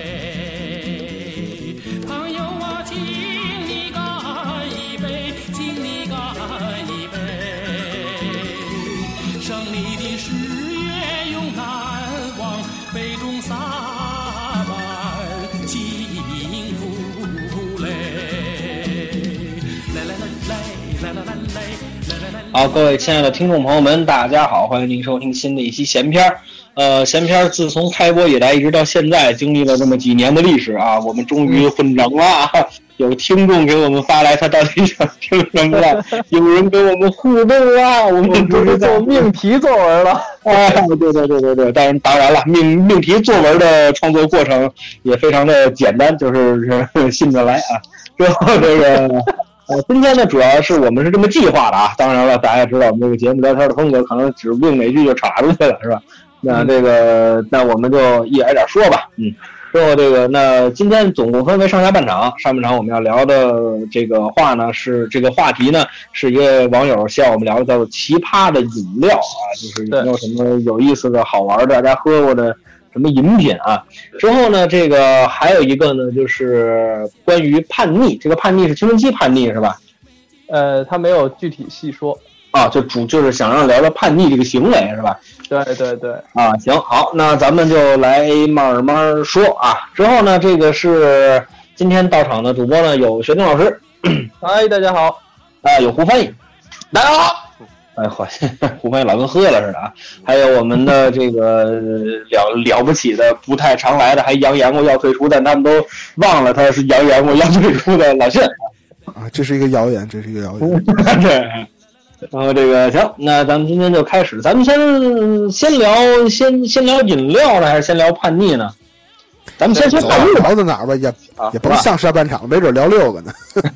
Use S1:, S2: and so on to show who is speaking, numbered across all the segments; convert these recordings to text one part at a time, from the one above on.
S1: 飞。朋友啊，请你干一杯，请你干一杯，胜利的十月永难忘，杯中洒满幸福泪。来来来来来来来来来来。
S2: 好，各位亲爱的听众朋友们，大家好，欢迎您收听新的一期闲篇儿。呃，闲篇儿自从开播以来，一直到现在，经历了这么几年的历史啊，我们终于混成了啊。有听众给我们发来他到底想听什么了，有人跟我们互动啊，我
S3: 我们
S2: 们
S3: 这
S2: 终于
S3: 是
S2: 在
S3: 做命题作文了。
S2: 哎，对对对对对，当然当然了，命命题作文的创作过程也非常的简单，就是 是信着来啊。之后这个呃，今天呢，主要是我们是这么计划的啊。当然了，大家也知道我们这个节目聊天的风格，可能指不定哪句就岔出去了，是吧？那这个，那我们就一点一点说吧，嗯。之后这个，那今天总共分为上下半场。上半场我们要聊的这个话呢，是这个话题呢，是一个网友希望我们聊的叫做“奇葩的饮料”啊，就是有没有什么有意思的好玩的，大家喝过的什么饮品啊？之后呢，这个还有一个呢，就是关于叛逆，这个叛逆是青春期叛逆是吧？
S3: 呃，他没有具体细说。
S2: 啊，就主就是想让聊聊叛逆这个行为是吧？
S3: 对对对，
S2: 啊，行，好，那咱们就来慢慢说啊。之后呢，这个是今天到场的主播呢，有学丁老师
S3: 嗨，大家好，
S2: 啊、有胡翻译，大家好。哎，好， 胡翻译老跟喝了似的啊。还有我们的这个呃了了不起的，不太常来的，还扬言过要退出，但他们都忘了他是扬言过要退出的老谢。
S4: 啊，这是一个谣言，这是一个谣言。
S2: 对。然后这个行，那咱们今天就开始，咱们先先聊先先聊饮料呢，还是先聊叛逆呢？咱们先说
S4: 走
S2: 叛逆吧。
S4: 聊到哪儿吧，也
S5: 啊
S4: 也甭上下半场，没准聊六个呢。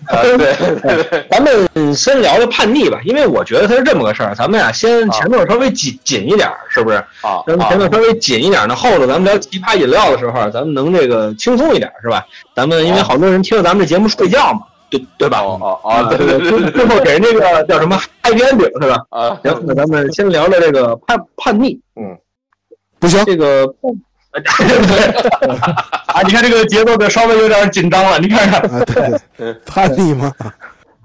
S5: 啊，对对对，
S2: 咱们先聊聊叛逆吧，因为我觉得它是这么个事儿。咱们呀、先前头稍微紧紧一点儿，是不是？
S5: 啊
S2: 咱们前头稍微紧一点儿呢，后头咱们聊奇葩饮料的时候，咱们能这个轻松一点儿，是吧？咱们因为好多人听着咱们这节目睡觉嘛，对啊对吧？
S5: 啊哦哦哦，对对对对
S2: 最后给人这个叫什么 happy ending 是吧？
S5: 啊，
S2: 行，那咱们先聊聊这个叛叛逆，
S4: 不行，
S2: 这个不啊，你看这个节奏就稍微有点紧张了，你看看。
S4: 啊，对对，叛逆吗？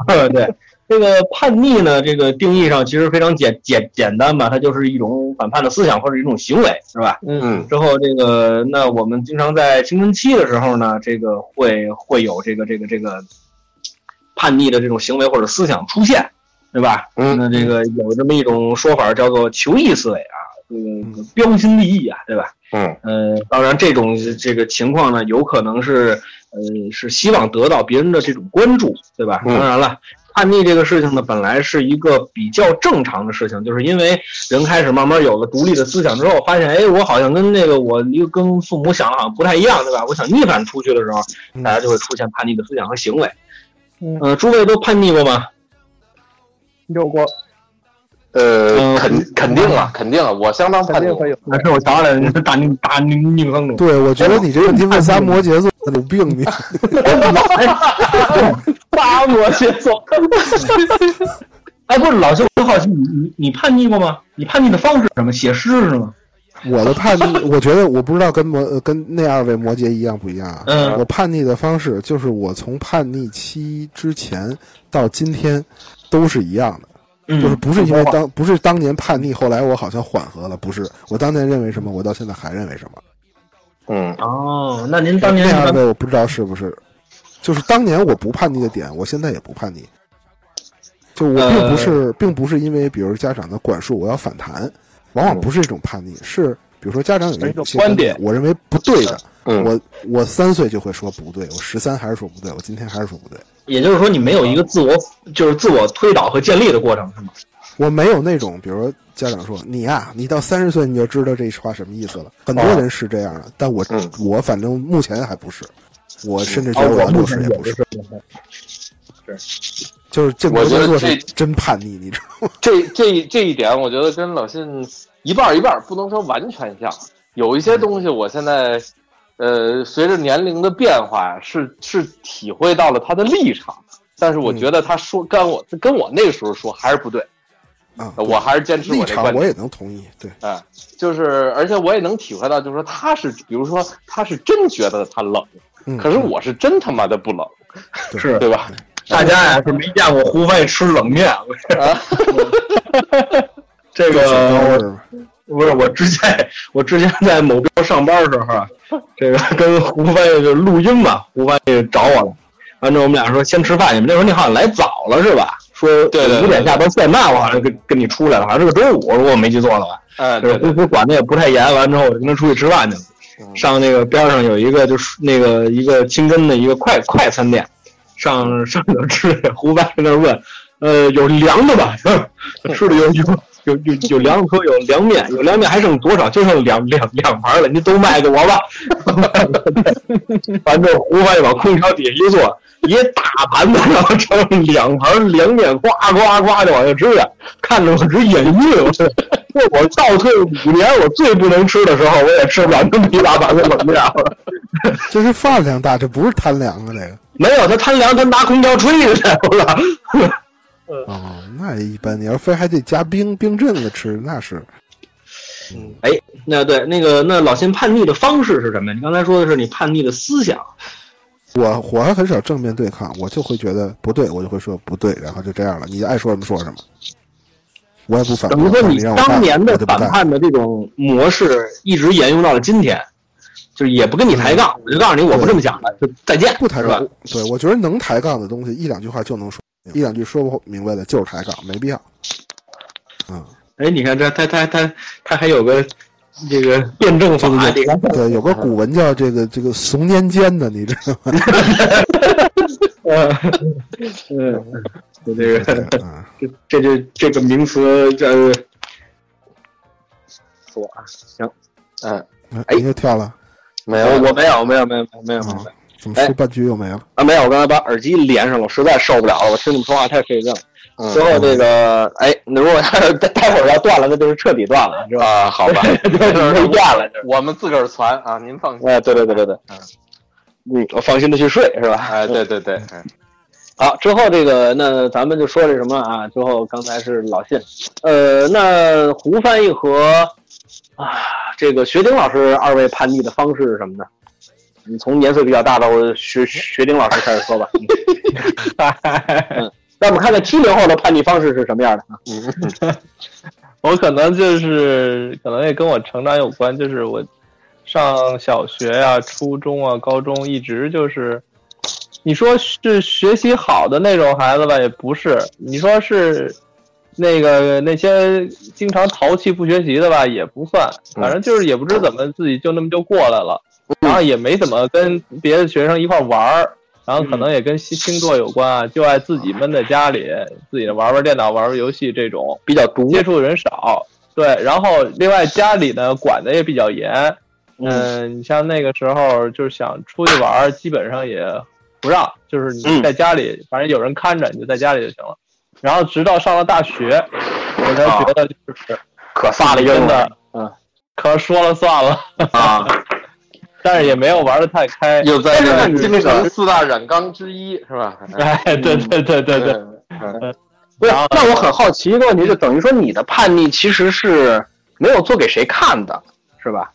S2: 对，这个叛逆呢，这个定义上其实非常简简简单吧，它就是一种反叛的思想或者一种行为，是吧？
S3: 嗯，
S5: 嗯
S2: 之后这个，那我们经常在青春期的时候呢，这个会会有这个这个这个叛逆的这种行为或者思想出现，对吧？
S5: 嗯，
S2: 那这个有这么一种说法叫做求异思维啊，这个标新立异啊，对吧？
S5: 嗯
S2: 呃，当然，这种这个情况呢，有可能是，呃，是希望得到别人的这种关注，对吧？
S5: 嗯
S2: 当然了，叛逆这个事情呢，本来是一个比较正常的事情，就是因为人开始慢慢有了独立的思想之后，发现，哎，我好像跟那个我一个跟父母想的好像不太一样，对吧？我想逆反出去的时候，
S4: 嗯
S2: 大家就会出现叛逆的思想和行为。
S3: 嗯
S2: 呃，诸位都叛逆过吗？
S3: 有过，
S5: 呃，肯肯定了，肯定了，啊我相当
S3: 肯
S5: 叛逆
S3: 定，会有。
S2: 没事，我瞧瞧，你 打你打你逆风中。
S4: 对，我觉得你这问题问仨摩羯座有病，你
S3: 八摩羯座，
S2: 哎，不是，老舅，我好奇，你你你叛逆过吗？你叛逆的方式是什么？写诗是吗？
S4: 我的叛逆，我觉得我不知道跟摩呃跟那二位摩羯一样不一样啊。
S2: 嗯
S4: 我叛逆的方式就是我从叛逆期之前到今天都是一样的。
S2: 嗯，
S4: 就是不是因为
S2: 话
S4: 当不是当年叛逆，后来我好像缓和了，不是我当年认为什么，我到现在还认为什么。
S5: 嗯
S2: 哦，那您当
S4: 那
S2: 年
S4: 样的我不知道是不是，就是当年我不叛逆的点，我现在也不叛逆。就我并不是，并不是因为比如家长的管束，我要反弹，往往不是这种叛逆，是比如说家长有
S3: 一种
S4: 些观点，我认为不对的，
S5: 嗯，
S4: 我我三岁就会说不对，我十三还是说不对，我今天还是说不对，
S2: 也就是说你没有一个自我，就是自我推导和建立的过程是吗？
S4: 我没有那种，比如说家长说你呀、啊你到三十岁你就知道这话什么意思了。很多人是这样的，但我、
S5: 嗯
S4: 我反正目前还不是，我甚至觉得我到
S2: 嗯哦目
S4: 六十
S2: 前
S4: 也
S2: 也
S4: 不
S2: 不
S4: 是，
S2: 是。
S4: 就是这
S5: 我觉
S4: 工
S5: 得
S4: 作是
S5: 这
S4: 真叛逆，你知道吗？
S5: 这这这一点，我觉得跟老信一半儿一半儿，不能说完全像，有一些东西，我现在。呃，随着年龄的变化，是是体会到了他的立场，但是我觉得他说跟我跟我那个时候说还是不对，
S4: 啊，
S5: 我还是坚持
S4: 立
S5: 我这
S4: 场
S5: 观
S4: 我
S5: 点。
S4: 也能同意，对，
S5: 哎，就是，而且我也能体会到，就是说他是，比如说他是真觉得他冷，
S4: 嗯
S5: 可是我是真他妈的不冷，
S2: 是
S5: 对吧？
S2: 大家呀是没见过户外吃冷面，
S4: 啊
S2: 我是 这
S4: 小高
S2: 个
S4: 是吧？
S2: 不是我之前我之前在某标上班的时候啊，这个跟胡飞就录音嘛，胡飞找我了，完之后我们俩说先吃饭去，那时候你好像来早了是吧？说
S5: 对对对
S2: 五点下班算那我好像跟跟你出来了，好像是个周五，如果我没记错的话。
S5: 哎，
S2: 就是
S5: 对对嗯
S2: 公司管的也不太严，完之后我就跟他出去吃饭去了。上那个边上有一个就是那个一个清真的一个快快餐店，上 上那儿吃去，胡白在那儿问，呃，有凉的吧？ 吃的有有有有有凉喝，有凉面，有凉面还剩多少？就剩两两两盘了，您都卖给我吧。 完之后，胡白就往空调底下一坐，一大盘子，然后盛两盘凉面，呱呱呱就往下吃去，看着我直眼晕，我说这我倒退五年，我最不能吃的时候，我也吃不了那么一大盘子冷面了。
S4: 这是饭量大，这不是贪凉啊，这个。
S2: 没有，他贪凉，他拿空调吹着呢，我操！
S4: 哦，那一般，你要非还得加冰冰镇了吃，那是
S2: 那对那个那老辛叛逆的方式是什么呀？你刚才说的是你叛逆的思想，
S4: 我我还很少正面对抗，我就会觉得不对，我就会说不对，然后就这样了，你爱说什么说什么，我也不反
S2: 等于
S4: 驳，
S2: 说
S4: 你
S2: 你
S4: 让我
S2: 当
S4: 干
S2: 年的
S4: 我就不
S2: 反
S4: 干。
S2: 叛的这种模式一直沿用到了今天，就是也不跟你抬杠，我就告诉你我不这么想的，就再见，
S4: 嗯不抬
S2: 是吧
S4: 杠，对我觉得能抬杠的东西，一两句话就能说明白，一两句说不明白的就是抬杠，没必要。嗯，
S2: 哎，你看这他他他他还有个这个辩证法，你看
S4: 对，有个古文叫这个这个怂年间的，你知道吗？
S2: 呃，嗯，这个
S4: 嗯，
S2: 这这这个名词这说啊，行，
S5: 嗯，
S4: 哎你又跳了，
S5: 没
S2: 我
S5: 有，
S2: 我没有没有没有没有没有
S4: 嗯，怎么说半句又没了？
S2: 啊没有，我刚才把耳机连上了，我实在受不了了，我听你们说话太费劲了。最后这个哎，那如果要是待待会儿要断了，那就是彻底断了，是吧？
S5: 啊，好 吧，
S2: 就是断了，就是。
S5: 我们自个儿传啊，您 放心。
S2: 哎，对对对对对，
S5: 嗯
S2: 嗯，我放心的去睡，是吧？
S5: 哎，对对对，嗯
S2: 好，之后这个那咱们就说这什么啊？之后刚才是老信，呃，那胡翻译和啊这个学丁老师二位叛逆的方式是什么呢？你从年岁比较大的学学丁老师开始说吧。嗯，让我们看看七零后的叛逆方式是什么样的啊？
S3: 我可能就是可能也跟我成长有关，就是我上小学呀、初中啊、高中一直就是，你说是学习好的那种孩子吧，也不是；你说是那个那些经常淘气不学习的吧，也不算。反正就是也不知怎么自己就那么就过来了，然后也没怎么跟别的学生一块儿玩儿。然后可能也跟星星座有关啊，就爱自己闷在家里，自己玩玩电脑、玩玩游戏这种。
S2: 比较毒，
S3: 接触的人少，对。然后另外家里呢管的也比较严，嗯，你像那个时候就是想出去玩儿，基本上也不让，就是你
S2: 嗯
S3: 在家里，反正有人看着你就在家里就行了。然后直到上了大学，我才觉得就是
S2: 啊可飒的
S3: 真
S2: 英
S3: 的
S2: 了，嗯
S3: 可说了算了，
S2: 啊，
S3: 但是也没有玩的太开。
S5: 又在
S2: 但
S5: 这
S2: 是 呢
S5: 京城四大染缸之一是吧？
S3: 哎，对对对对对，
S5: 嗯，嗯
S2: 不是，那我很好奇一个问题，就等于说你的叛逆其实是没有做给谁看的，是吧？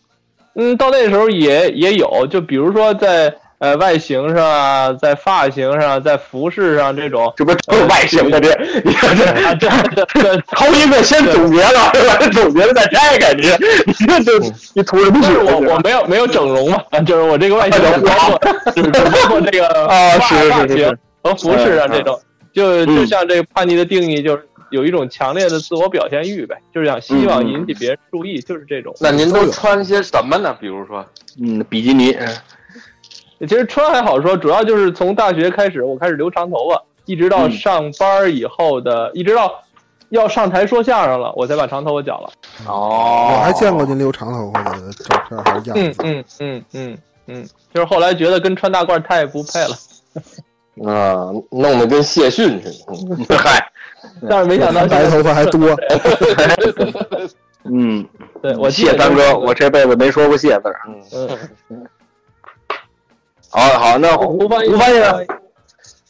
S3: 嗯，到那时候也也有，就比如说在呃外形上啊，在发型上啊，在服饰上这种，
S2: 这不 都是外形的这，你看这
S3: 啊，这这这
S2: 头一个先总结了，是吧？ 总结了再拆开，你这你这这你图什么血
S3: 但是？我我没有没有整容嘛， 就是我这个外形只包括只包括这个
S2: 啊
S3: 发
S2: 是是
S3: 发
S2: 是
S3: 型
S2: 是
S3: 和服饰啊
S5: 嗯
S3: 这种，就就
S2: 嗯
S3: 像这个叛逆的定义，就是有一种强烈的自我表现欲呗，就是想希望
S2: 嗯嗯
S3: 引起别人注意，就是这种。
S5: 那您都穿些什么呢？比如说，
S2: 嗯，比基尼，
S3: 其实穿还好说，主要就是从大学开始，我开始留长头发，一直到
S2: 嗯
S3: 上班以后的，一直到要上台说相声了，我才把长头发剪了。
S5: 哦
S4: 嗯我还见过您留长头发的照片还是样
S3: 嗯
S4: 子。
S3: 嗯嗯嗯嗯，就是后来觉得跟穿大褂太不配了。
S5: 啊，弄得跟谢逊似的。
S2: 嗨，
S3: 但是没想到
S4: 他
S3: 现
S4: 白
S3: 在，
S4: 头发还多，
S2: 嗯，
S3: 对我记
S2: 谢
S3: 得
S2: 三
S3: 就是
S2: 哥，我这辈子没说过谢字儿。
S3: 嗯，
S2: 好好，那胡
S3: 胡翻译
S2: 胡翻译呢，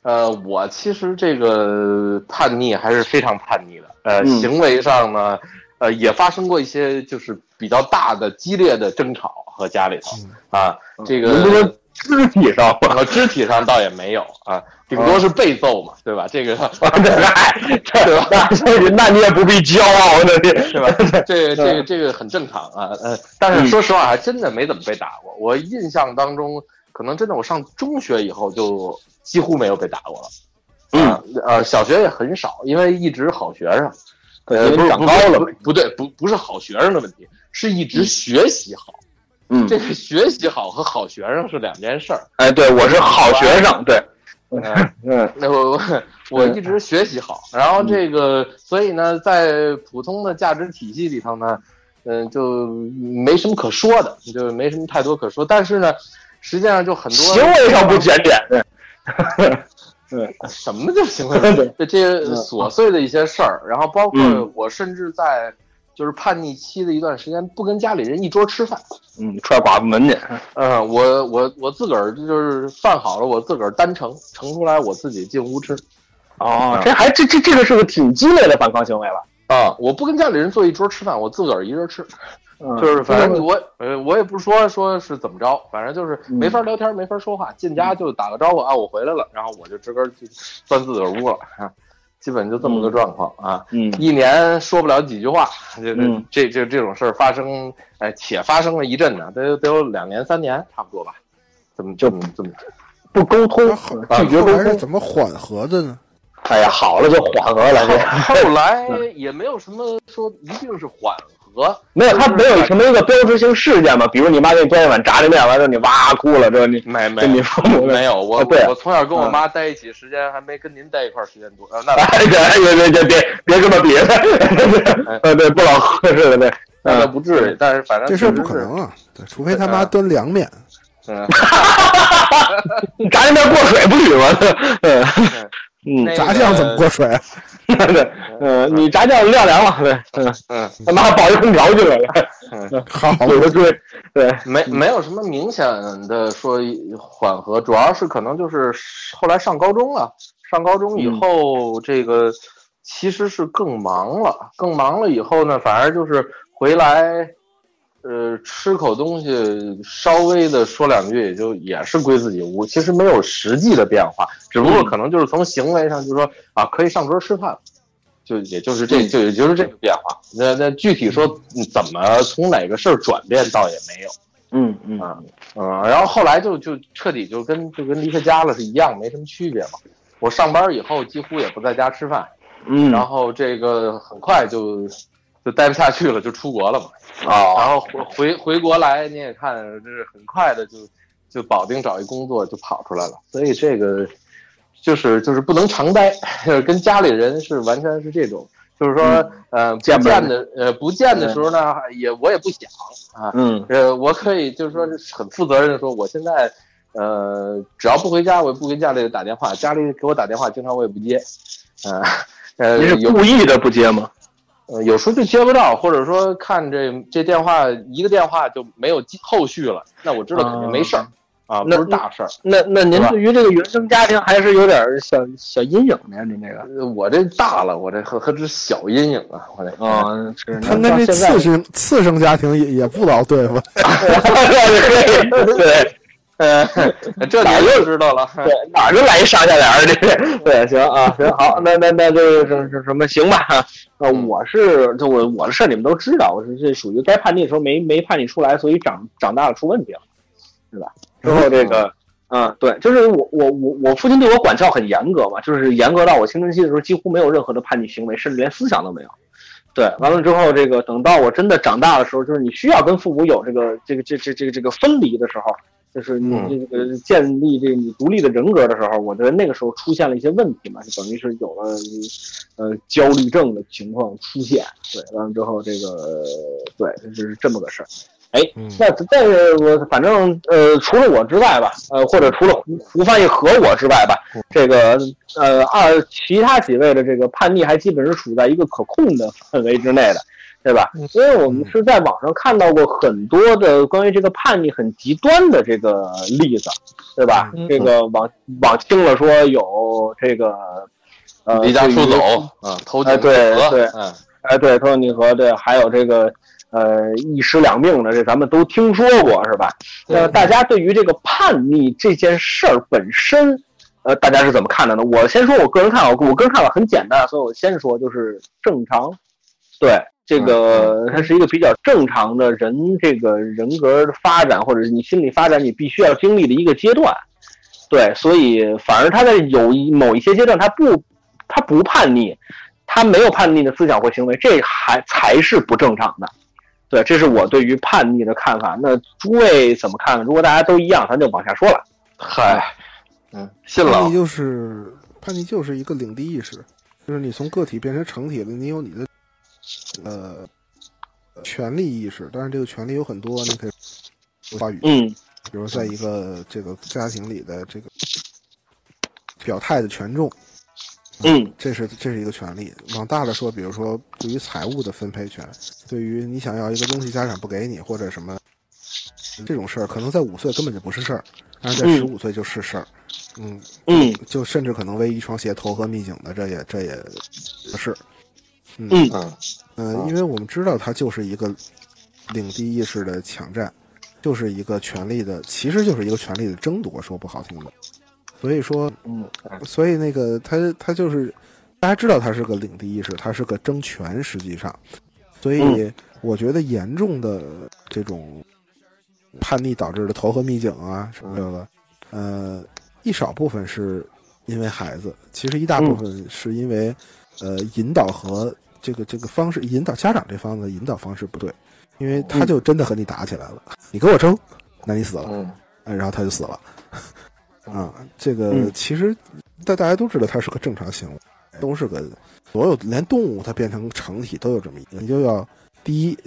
S5: 呃，我其实这个叛逆还是非常叛逆的，呃，
S2: 嗯
S5: 行为上呢，呃，也发生过一些就是比较大的、激烈的争吵和家里头啊，这
S2: 嗯
S5: 个
S2: 能不能肢体上吧？
S5: 呃肢体上倒也没有啊，顶多是被揍嘛，对 吧？这个 对吧？
S2: 哎那那你也不必骄傲，那你 嗯
S5: 是 吧？这个这个这个很正常啊，呃，但是说实话，还真的没怎么被打过。我印象当中，可能真的我上中学以后就几乎没有被打过了。啊，
S2: 嗯
S5: 呃，小学也很少，因为一直好学生，呃，
S2: 因为长
S5: 不
S2: 高了
S5: 不不对，不不是好学生的问题，是一直学习好。
S2: 嗯
S5: 这，个学习好和好学生是两件事儿。
S2: 哎，对，我是好学生，对，
S5: 嗯
S2: 嗯 嗯
S5: 那我我我一直学习好，然后这个，所以呢，在普通的价值体系里头呢，嗯、就没什么可说的，就没什么太多可说。但是呢，实际上就很多
S2: 行为上不检点，对
S5: 什么叫行为上这这些琐碎的一些事儿，然后包括
S2: 嗯
S5: 我甚至在就是叛逆期的一段时间，不跟家里人一桌吃饭。
S2: 嗯，踹寡妇门去，
S5: 嗯，我我我自个儿就是饭好了，我自个儿单盛，盛出来我自己进屋吃。
S2: 哦，这还这这这个是个挺鸡肋的反抗行为了，
S5: 啊，我不跟家里人坐一桌吃饭，我自个儿一人 吃，
S2: 就
S5: 就是反正我呃我也不说说是怎么着，反正就是没法聊天，没法说话，进家就打个招呼啊，我回来了，然后我就直个儿就钻自个儿屋了啊，基本就这么个状况啊，
S2: 嗯
S5: 一年说不了几句话，这这
S2: 嗯
S5: 这这这种事儿发生，哎，且发生了一阵呢，得得有两年三年差不多吧，怎么
S2: 就
S5: 怎么怎么
S2: 不沟通
S4: 那好，
S2: 拒绝
S4: 后
S2: 沟
S4: 来是
S2: 通，
S4: 怎么缓和的呢？
S2: 哎呀，好了就缓和了，这
S5: 后后来也没有什么说一定是缓和，
S2: 没有，他
S5: 就是
S2: 没有什么一个标志性事件嘛，比如你妈给你端一碗炸酱面，完了你哇哭了，这你
S5: 没没
S2: 这你父母
S5: 没有，我
S2: 啊对
S5: 我从小跟我妈在一起时间还没跟您在一块儿时间多，呃，那
S2: 哎，对，别别别别别这么比， 呃，对，不老合适的，对，
S5: 哎那倒
S2: 嗯，
S5: 不至于，但是反正
S4: 这事儿
S5: 确实
S4: 不可
S5: 是
S4: 能啊，对，除非他妈端凉面，
S5: 嗯，
S2: 炸酱面过水不许吗？ 嗯嗯，
S5: 那
S4: 炸酱怎么过水啊？
S2: 对，嗯，你炸酱晾凉了，对，嗯，
S5: 嗯，
S2: 他妈保一空调去了，嗯
S4: 好，
S2: 有的追，对，
S5: 没没有什么明显的说缓和，主要是可能就是后来上高中了，上高中以后这个其实是更忙了，更忙了以后呢，反而就是回来。呃，吃口东西，稍微的说两句，也就也是归自己屋，其实没有实际的变化，只不过可能就是从行为上，就是说啊，可以上桌吃饭了，就也就是这就也就是这个变化。那那具体说嗯怎么从哪个事儿转变，倒也没有。
S2: 嗯嗯
S5: 嗯，然后后来就就彻底就跟就跟离开家了是一样，没什么区别嘛。我上班以后几乎也不在家吃饭，
S2: 嗯，
S5: 然后这个很快就就待不下去了，就出国了嘛。
S2: 哦，
S5: 然后回回回国来，你也看，就是很快的就就保定找一工作就跑出来了。所以这个就是就是不能常待， 就是跟家里人是完全是这种，就是说、呃
S2: 嗯
S5: 不
S2: 见
S5: 见
S2: 不了
S5: 的呃不见的时候呢，也我也不想啊，
S2: 嗯
S5: 呃，我可以就是说是很负责任的说，我现在呃，只要不回家，我也不跟家里打电话，家里给我打电话，经常我也不接，呃呃，
S2: 你是
S5: 有
S2: 故意的不接吗？
S5: 呃有时候就接不到，或者说看这这电话一个电话就没有继后续了，那我知道肯定没事儿啊，不
S2: 那
S5: 是大事儿。
S2: 那那您
S5: 是吧
S2: 对于这个原生家庭还是有点儿小小阴影的呀，您这个。
S5: 呃我这大了，我这何何止小阴影啊！我这
S2: 啊，是
S4: 他跟这次生次生家庭也也不老对付，
S2: 对对
S5: 呃，这你就知道了。
S2: 对，哪儿就来一上下联儿，这 是对，行啊，行好，那那那这这这什么行吧？呃，我是就我我的事儿你们都知道，我是这属于该叛逆的时候没没叛逆出来，所以长长大了出问题了，是吧？之后这个。嗯，对，就是我我我我父亲对我管教很严格嘛，就是严格到我青春期的时候几乎没有任何的叛逆行为，甚至连思想都没有。对，完了之后，这个等到我真的长大的时候，就是你需要跟父母有这个这个这这这个这个分离的时候，就是你
S5: 嗯
S2: 这个建立这个你独立的人格的时候，我觉得那个时候出现了一些问题嘛，就等于是有了呃焦虑症的情况出现。对，完了之后这个对，就是这么个事儿。哎，
S5: 嗯
S2: 那但是我反正呃，除了我之外吧，呃，或者除了胡胡翻译和我之外吧，这个呃二其他几位的这个叛逆还基本是处在一个可控的范围之内的。
S6: 对吧？因为我们是在网上看到过很多的关于这个叛逆很极端的这个例子，对吧？
S3: 嗯
S6: 这个往往轻了说有这个呃
S5: 离家出
S6: 对于
S5: 走，
S2: 啊
S5: 嗯，偷井
S6: 哎对
S5: 河
S6: 对
S5: 嗯，
S6: 哎，对，偷你和对，还有这个呃一尸两命的，这咱们都听说过，是吧？那大家对于这个叛逆这件事儿本身，呃，大家是怎么看的呢？我先说我个人看法，我我个人看法很简单，所以我先说就是正常，对。这个它是一个比较正常的人这个人格发展，或者是你心理发展，你必须要经历的一个阶段。对，所以反而他在有一某一些阶段，他不他不叛逆，他没有叛逆的思想或行为，这还才是不正常的。对，这是我对于叛逆的看法。那诸位怎么看？如果大家都一样，咱就往下说了。
S5: 嗨，嗯，信
S4: 叛
S5: 了
S4: 逆，就是叛逆就是一个领地意识，就是你从个体变成成体了，你有你的呃权利意识，但是这个权利有很多，你可以有话语，
S6: 嗯
S4: 比如在一个这个家庭里的这个表态的权重，
S6: 嗯
S4: 这是这是一个权利。往大了说，比如说对于财务的分配权，对于你想要一个东西，家长不给你或者什么这种事儿，可能在五岁根本就不是事儿，但是在
S6: 嗯
S4: 十五岁就是事儿。嗯，
S6: 嗯
S4: 就甚至可能为一双鞋投河秘井的，这也这也不是。嗯
S6: 嗯
S5: 嗯
S4: 呃
S5: 啊
S4: 因为我们知道它就是一个领地意识的抢占，就是一个权力的，其实就是一个权力的争夺，说不好听的。所以说，
S6: 嗯，
S4: 所以那个他他就是大家知道他是个领地意识，他是个争权，实际上，所以
S6: 嗯
S4: 我觉得严重的这种叛逆导致的投河秘井啊什么的，呃，一少部分是因为孩子，其实一大
S6: 嗯
S4: 部分是因为、呃引导和这个这个方式，引导家长这方面的引导方式不对，因为
S6: 嗯
S4: 他就真的和你打起来了，你跟我争，那你死了。
S5: 嗯
S4: 哎，然后他就死了。 啊，这
S6: 嗯
S4: 个其实大大家都知道，它是个正常行为，都是个所有连动物它变成成体都有这么一个，你就要第一，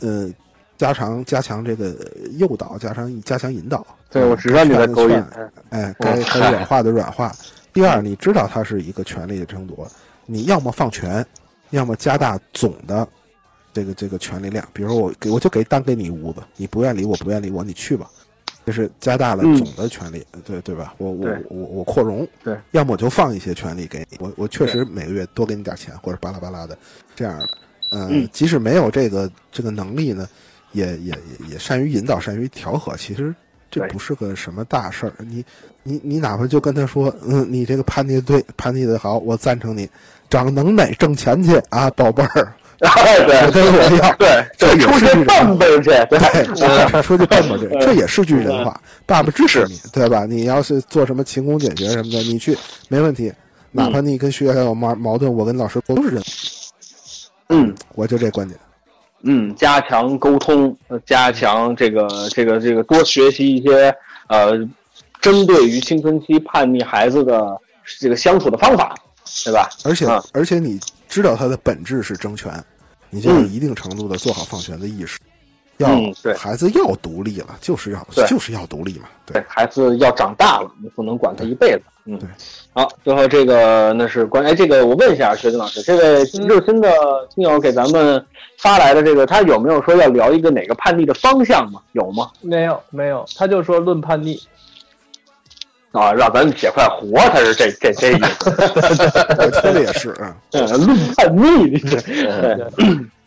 S4: 呃，加强加强这个诱导，加强加强引导。
S6: 对
S4: 嗯
S6: 我知道你在勾引
S4: 该劝的劝
S6: 嗯
S4: 哎，该该软化的软化。第二，你知道它是一个权力的争夺，你要么放权，要么加大总的这个这个权力量。比如说我给我就给单给你一屋子，你不愿理我，不愿理我，你去吧，就是加大了
S6: 嗯
S4: 总的权力，对对吧？我我
S6: 对
S4: 我我扩容，
S6: 对，
S4: 要么我就放一些权力给你，我我确实每个月多给你点钱或者巴拉巴拉的这样的。呃，
S6: 嗯
S4: 即使没有这个这个能力呢，也也也也善于引导，善于调和。其实这
S6: 对
S4: 不是个什么大事儿。你你你哪怕就跟他说，嗯，你这个叛逆对，叛逆的好，我赞成你，长能耐挣钱去啊，宝贝儿，
S6: 哎
S4: 我
S6: 对
S4: 跟我要。
S6: 对
S4: 这
S6: 对，
S4: 也
S6: 出
S4: 是
S6: 去
S4: 一
S6: 蹦
S4: 种
S6: 蹦去，对
S4: 对，哎出去奔吧，这这也是句人话。爸爸支持你，对吧？你要是做什么勤工俭学什么的，你去没问题。哪怕你跟学校有矛矛盾，我跟老师都是人，
S6: 嗯
S4: 我就这观点。
S6: 嗯，加强沟通，呃加强这个这个这个多学习一些呃，针对于青春期叛逆孩子的这个相处的方法，对吧？
S4: 而且、
S6: 啊
S4: 而且你知道它的本质是争权，你就有
S6: 嗯
S4: 一定程度的做好放权的意识。
S6: 嗯对
S4: 要孩子要独立了，就是要
S6: 对
S4: 就是要独立嘛。对
S6: 对，孩子要长大了，你不能管他一辈子。嗯
S4: 对，
S6: 好，最后这个那是关哎，这个我问一下学军老师，这位热心的听友给咱们发来的这个，他有没有说要聊一个哪个叛逆的方向吗？ 有吗？
S3: 没有没有，他就说论叛逆，
S6: 啊，让咱们铁块活，他是这这这意思。
S4: 我听的也是啊。
S6: 嗯论叛逆，你这， 对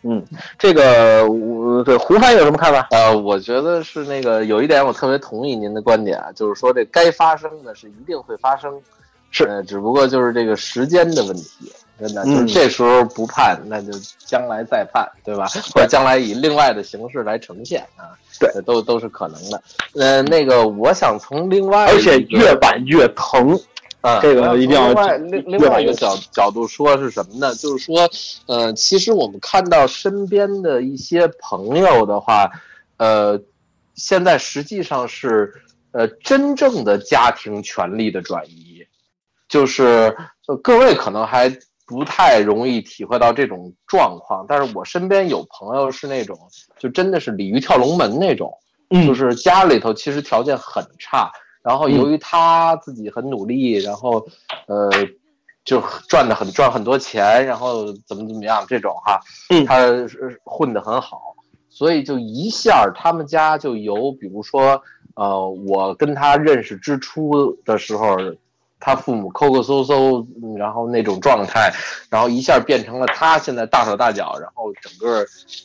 S6: 嗯，这个我对胡帆有什么看法？
S5: 呃，我觉得是那个有一点我特别同意您的观点啊，就是说这该发生的是一定会发生，
S6: 是
S5: 呃，只不过就是这个时间的问题，真的就是
S6: 嗯
S5: 这时候不判，那就将来再判，对吧？或者将来以另外的形式来呈现啊，
S6: 对
S5: 呃，都都是可能的。呃，那个我想从另外
S6: 而且
S5: 一个
S6: 越晚越疼，
S5: 啊，
S6: 这个
S5: 我
S6: 一定要
S5: 从另外另
S6: 越
S5: 另外一
S6: 越
S5: 个角角度说是什么呢？就是说，呃，其实我们看到身边的一些朋友的话，呃，现在实际上是呃真正的家庭权利的转移，就是、呃、各位可能还不太容易体会到这种状况，但是我身边有朋友是那种就真的是鲤鱼跳龙门那种，
S6: 嗯
S5: 就是家里头其实条嗯件很差，然后由于他自己很努力，然后呃就赚的很赚很多钱，然后怎么怎么样这种哈，
S6: 嗯
S5: 他是混得很好，所以就一下儿他们家就由比如说呃，我跟他认识之初的时候，他父母抠抠搜搜，嗯然后那种状态，然后一下变成了他现在大手大脚，然后整个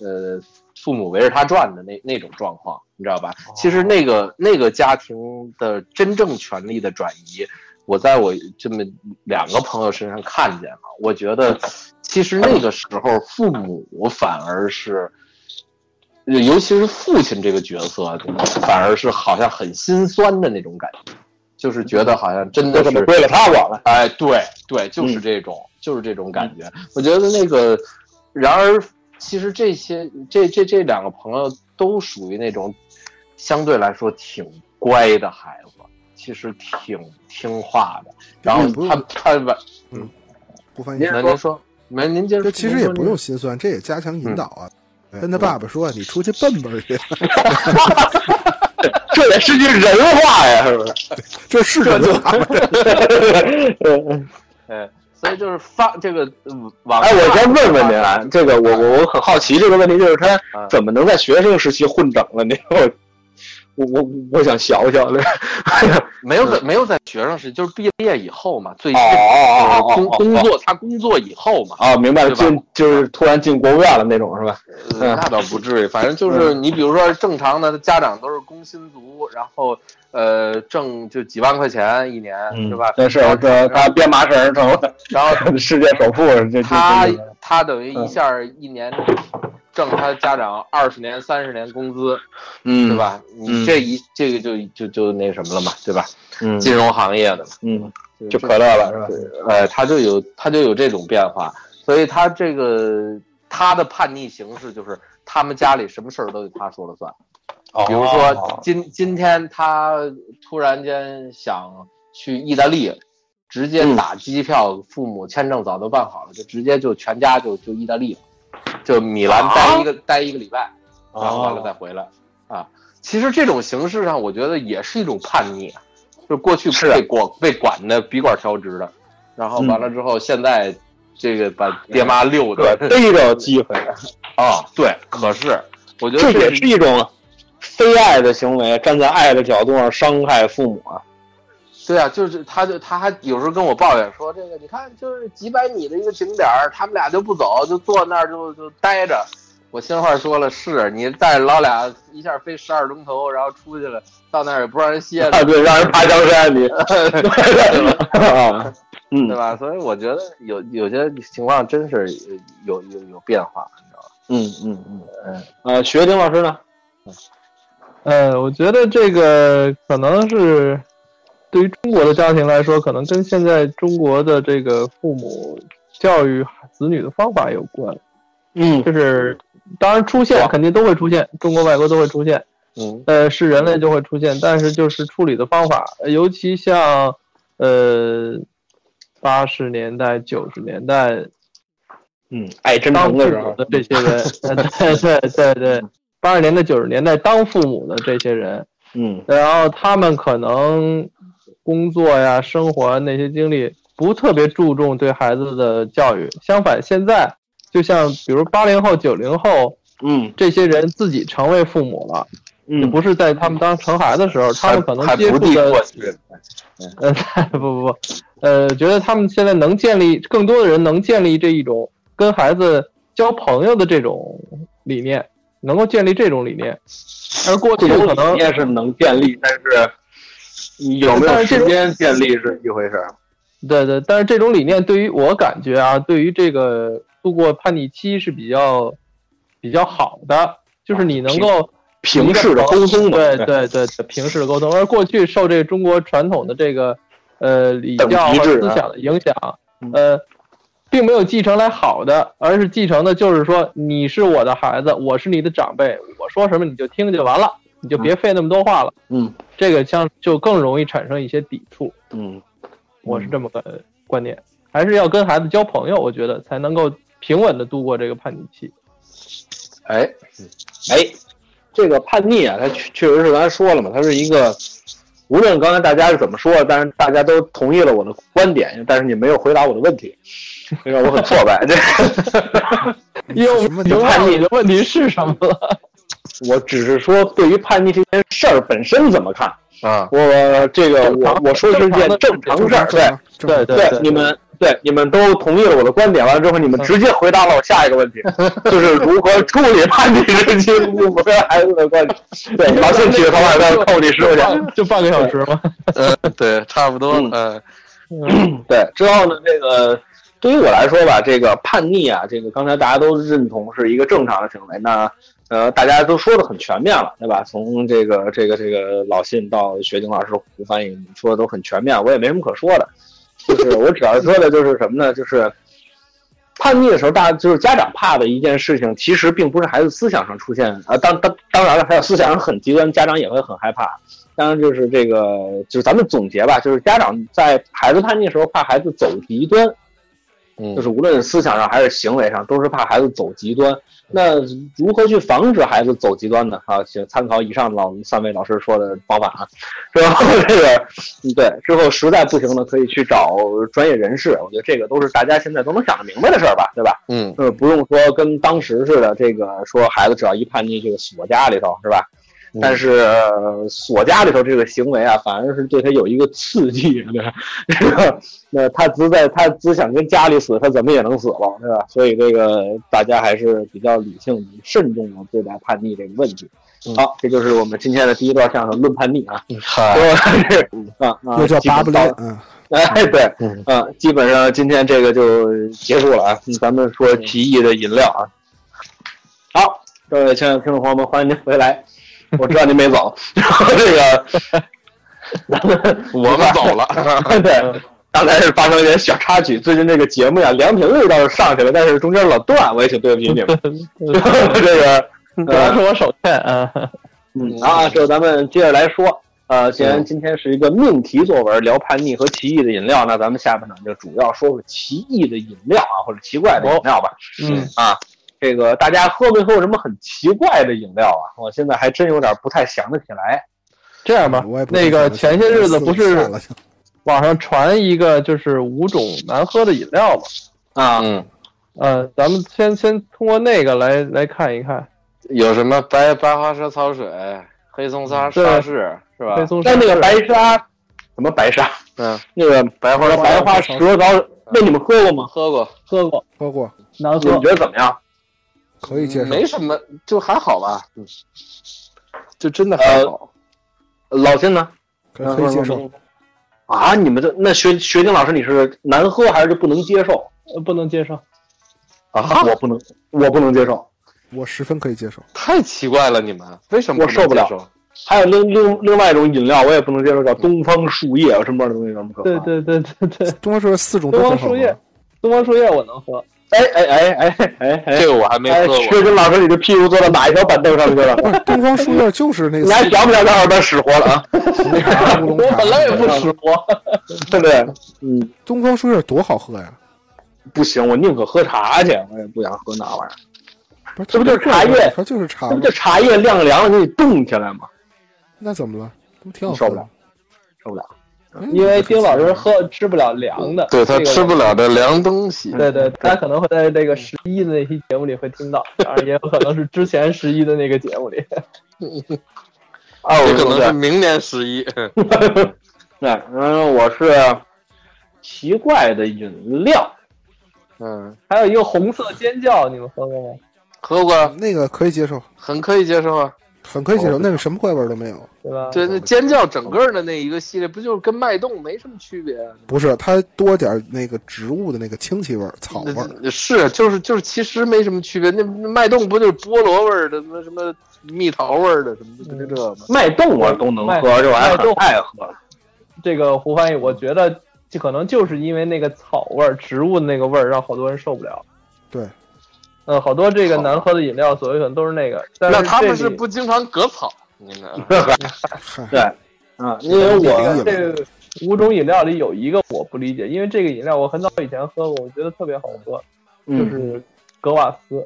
S5: 呃父母围着他转的那那种状况，你知道吧？其实那个那个家庭的真正权力的转移，我在我这么两个朋友身上看见了。我觉得其实那个时候父母反而是。呃尤其是父亲这个角色，啊反而是好像很心酸的那种感觉，就是觉得好像真的
S6: 为
S5: 是
S6: 什么归了他我了？嗯
S5: 哎，对对，就是这种，就是这种感觉。我觉得那个，然而其实这些这这这两个朋友都属于那种相对来说挺乖的孩子，其实挺听话的。然后
S4: 嗯不
S5: 他
S4: 用
S5: 他完，
S4: 不翻译
S6: 您。
S5: 那您说，没您接着
S4: 这
S5: 说，
S4: 其实也不用心酸，这也加强引导啊。跟他爸爸说：“你出去奔奔去，
S6: 这也是句人话呀，是不是？
S4: 这是这就
S5: 哎，所以就是发这个嗯网
S6: 哎，
S5: 上
S6: 我先问问您 啊，这个我我我很好奇这个问题，就是他怎么能在学生时期混整了？你我 我我我想学学了。
S5: 没有在没有在学生时，就是毕业以后嘛，最
S6: 哦哦 哦
S5: 工
S6: 哦
S5: 工作他工作以后嘛，
S6: 啊，明白了，
S5: 对吧
S6: 进就是突然进国务院了那种是吧？
S5: 呃，那倒不至于，反正就是你比如说正常的家长都是工薪族，然后呃挣就几万块钱一年，嗯是吧？
S6: 嗯这是
S5: 然后
S6: 这他编麻绳成了
S5: 然后
S6: 世界首富，这这
S5: 他
S6: 这嗯
S5: 他等于一下一年挣他家长二十年三十年工资，
S6: 嗯
S5: 对？吧？
S6: 嗯
S5: 你这一这个就就就那什么了嘛，对吧？
S6: 嗯
S5: 金融行业的嘛。
S6: 嗯，
S5: 就
S6: 就可乐了是吧？
S5: 呃，他就有他就有这种变化，所以他这个他的叛逆形式就是他们家里什么事儿都得他说了算。比如说今今天他突然间想去意大利，直接打机票，父母签证早都办好了，就直接就全家就就意大利了，就米兰待一个、待一个礼拜，然后完了再回来、啊。其实这种形式上，我觉得也是一种叛逆啊，就过去
S6: 是啊
S5: 被管被管的笔管调直的，然后完了之后，现在这个把爹妈溜的
S6: 嗯对，逮着机会，
S5: 啊，对，可是我觉得
S6: 这也
S5: 是
S6: 是一种非爱的行为，站在爱的角度上伤害父母啊。
S5: 对啊，就是他就他还有时候跟我抱怨说，这个你看就是几百米的一个景点儿，他们俩就不走，就坐那儿就就待着。我心话说了，是你带着老俩一下飞十二钟头，然后出去了，到那儿也不让人歇着
S6: 啊，，对，让人爬江 山，你 啊，
S5: 对
S6: 嗯
S5: 吧？所以我觉得有有些情况真是有有有变化，你知道吧？
S6: 嗯嗯嗯嗯，呃，学丁老师呢？
S3: 呃，我觉得这个可能是对于中国的家庭来说，可能跟现在中国的这个父母教育子女的方法有关。
S6: 嗯
S3: 就是当然出现肯定都会出现，中国外国都会出现，
S5: 嗯，
S3: 呃，是人类就会出现，但是就是处理的方法，呃尤其像呃八十年代、九十年代
S6: 嗯，爱真
S3: 当
S6: 诚
S3: 父
S6: 的时候
S3: 母，的这些人， 呃对对对对，八十年代、九十年代当父母的这些人，
S6: 嗯
S3: 然后他们可能工作呀、生活啊那些经历不特别注重对孩子的教育，相反，现在就像比如八零后、九零后
S6: 嗯
S3: 这些人自己成为父母了，也
S6: 嗯，
S3: 不是在他们当成孩子的时候，他们可能
S5: 还
S3: 接
S5: 不
S3: 触
S5: 地
S3: 的
S5: 过去，
S3: 呃，不不不，呃，觉得他们现在能建立更多的人能建立这一种跟孩子交朋友的这种理念，能够建立这种理念，而过去
S6: 这
S3: 可
S6: 种
S3: 能
S6: 理念是能建立，但是有没有时间建立是一回事儿。
S3: 对对，但是这种理念对于我感觉啊，对于这个度过叛逆期是比较比较好的，就是你能够
S6: 哦平视的沟通嘛，
S3: 对对 对平视的沟通，而过去受这个中国传统的这个呃礼教
S6: 等级
S3: 和
S6: 制
S3: 思
S6: 啊
S3: 想的影响，呃，
S6: 嗯
S3: 并没有继承来好的，而是继承的就是说你是我的孩子，我是你的长辈，我说什么你就听就完了，你就别费那么多话了，
S6: 嗯
S3: 这个像就更容易产生一些抵触。
S6: 嗯
S3: 我是这么个观点，还是要跟孩子交朋友，我觉得才能够平稳的度过这个叛逆期。
S5: 哎，
S6: 哎，这个叛逆啊，它确确实是刚才说了嘛，它是一个无论刚才大家是怎么说的，但是大家都同意了我的观点，但是你没有回答我的问题，这让我很挫 败。
S3: 因为我
S4: 什么
S3: 明白你的问题是什么了。
S6: 我只是说对于叛逆这件事儿本身怎么看。
S5: 啊，
S6: 我这个
S3: 正常
S6: 我我说的是件正常事儿，
S3: 对
S4: 正常
S6: 对对，你们对你们都同意了我的观点，完了之后你们直接回答了我下一个问 题，就是如何处理叛逆时 期父母跟孩子的关系。对，老兴趣的方法论扣你十块钱。
S3: 就半个小时嘛。
S5: 呃，对，差不多了，嗯
S6: 对，之后呢，这个对于我来说吧，这个叛逆啊，这个刚才大家都认同是一个正常的行为，那呃，大家都说的很全面了，对吧？从这个这个这个老信到学景老师胡翻译，你说的都很全面，我也没什么可说的，就是我只要说的就是什么呢？就是叛逆的时候，大就是家长怕的一件事情，其实并不是孩子思想上出现啊、当当当然了，还有思想上很极端，家长也会很害怕。当然就是这个，就是咱们总结吧，就是家长在孩子叛逆的时候，怕孩子走极端，
S5: 嗯
S6: 就是无论是思想上还是行为上，都是怕孩子走极端。那如何去防止孩子走极端呢？啊，请参考以上老三位老师说的方法啊。 之后这个，嗯对，之后实在不行呢，可以去找专业人士。我觉得这个都是大家现在都能想得明白的事儿吧，对吧？
S5: 嗯
S6: 呃，不用说跟当时似的，这个说孩子只要一叛逆，这个锁家里头是吧？
S4: 嗯
S6: 但是、呃锁家里头这个行为啊，反而是对他有一个刺激，对吧？ 这个那他只在他只想跟家里死，他怎么也能死了，对吧？所以这个大家还是比较理性、慎重的对待叛逆这个问题。
S4: 嗯
S6: 好，这就是我们今天的第一段相声《论叛逆》啊，
S5: 嗨，
S6: 说啊啊，
S4: 又叫
S6: 基本
S4: 巴布
S6: 到
S4: 林，嗯，
S6: 哎，对，
S5: 嗯
S6: 啊，基本上今天这个就结束了啊。咱们说奇异的饮料啊。好，各位亲爱的听众朋友们，欢迎您回来。我知道您没走，然后这个，咱们
S5: 我们走了，
S6: 对，刚才是发生了一点小插曲。最近这个节目呀，良品率倒是上去了，但是中间老断，我也挺对不起你们。 这个，
S5: 嗯
S3: 主要是 我手欠啊。
S6: 嗯啊，就咱们接着来说。呃，既然今天是一个命题作文，聊叛逆和奇异的饮料，那咱们下半场就主要说说奇异的饮料啊，或者奇怪的饮料吧。
S3: 嗯
S5: 哦
S6: 啊，这个大家喝没喝过什么很奇怪的饮料啊？我现在还真有点不太想得起来。
S3: 这样吧
S4: 嗯我也，不
S3: 那个
S4: 知道
S3: 前些日子不
S4: 算
S3: 是
S4: 了
S3: 网上传一个就是五种难喝的饮料嘛？
S6: 啊，
S5: 嗯，
S3: 呃，咱们先先通过那个来来看一看
S5: 有什么白白花蛇草水、黑松沙
S6: 嗯
S3: 对
S5: 沙士是吧
S3: 黑？松
S6: 但那个白沙，什么白沙？
S5: 嗯，
S6: 那个
S5: 白花
S6: 白花蛇膏，那你们喝过吗？
S5: 喝过，
S3: 喝过，
S4: 喝过，
S3: 难
S6: 你们
S3: 喝
S6: 觉。得怎么样？
S4: 可以接受。
S5: 嗯没什么，就还好吧，嗯，就真的还
S6: 呃
S5: 好。
S6: 老金呢？
S4: 可以可以接受，
S6: 啊，你们这那学学静老师，你是难喝还是就不能接受？
S3: 呃不能接受。
S6: 啊，我不能，我不能接受。
S4: 我十分可以接受。
S5: 太奇怪了，你们为什么
S6: 我受不了
S5: 能接受
S6: 还有另另另外一种饮料，我也不能接受，叫东方树叶，什么样的东西咱们可喝？
S3: 对对对对对，
S4: 东方说四种都
S3: 东
S4: 很
S3: 方
S4: 好啊
S3: 树
S4: 喝，
S3: 叶，东方树叶我能喝。
S6: 哎哎哎哎哎哎，
S5: 这个我还没
S6: 哎
S5: 喝，过，
S6: 薛军老师，你的屁股坐到哪一条板凳上去了？
S4: 不是东方树叶就是那
S6: 你还
S4: 四
S6: 想不想让二班使活了 啊？
S4: 种茶
S3: 我
S4: 乌龙茶。
S3: 本来也不吃播。
S6: 对不对？嗯，
S4: 东方树叶多好喝呀！
S6: 不行，我宁可喝茶去，我也不想喝那玩意儿。
S4: 不是，
S6: 这不就是茶叶
S4: 啊它就是茶
S5: 嗯
S6: 这
S4: 吗
S6: 不？就茶叶晾凉了，你得冻起来吗？
S4: 那怎么了？都挺好
S6: 受不
S4: 喝
S6: 了
S4: 的。，
S6: 受不了。
S4: 嗯
S3: 因为丁老师，喝吃不了凉的，
S5: 对他
S3: 这个
S5: 吃不了这凉东 西。
S3: 对对，大家可能会在这个十一的那期节目里会听到，当然也有可能是之前十一的那个节目里。
S6: 啊，我
S5: 这可能
S6: 对
S5: 是明年十一。
S6: 对，嗯，我是奇怪的饮料，
S5: 嗯，
S3: 还有一个红色尖叫，你们喝过吗？
S5: 喝过，
S4: 那个可以接受，
S5: 很可以接受啊。
S4: 很可以接
S6: 哦
S4: 受，那个什么怪味儿都没有。
S3: 对吧？
S5: 对，那尖叫整个的那一个系列，不就是跟脉动没什么区别、啊？
S4: 不是，它多点儿那个植物的那个清气味儿、草味儿。
S5: 那是就是就是，其实没什么区别。那那脉动不就是菠萝味儿的，什么什么蜜桃味儿的，什么
S6: 嗯
S5: 就这这吗？
S6: 脉动我都能
S3: 脉
S6: 喝，这玩意儿
S3: 脉
S6: 很
S3: 动
S6: 爱喝。
S3: 这个胡翻译，我觉得这可能就是因为那个草味儿、植物的那个味儿，让好多人受不了。
S4: 对，
S3: 嗯，好多这个难喝的饮料，所谓可能都是那个。但
S5: 那他
S3: 这
S5: 们
S3: 里
S5: 是不经常割草，你呢？
S4: 嗨，
S6: 对，啊，因为
S4: 这
S6: 我
S4: 个
S3: 这个五种饮料里有一个我不理解，因为这个饮料我很早以前喝过，我觉得特别好喝，就
S6: 嗯
S3: 是格瓦斯。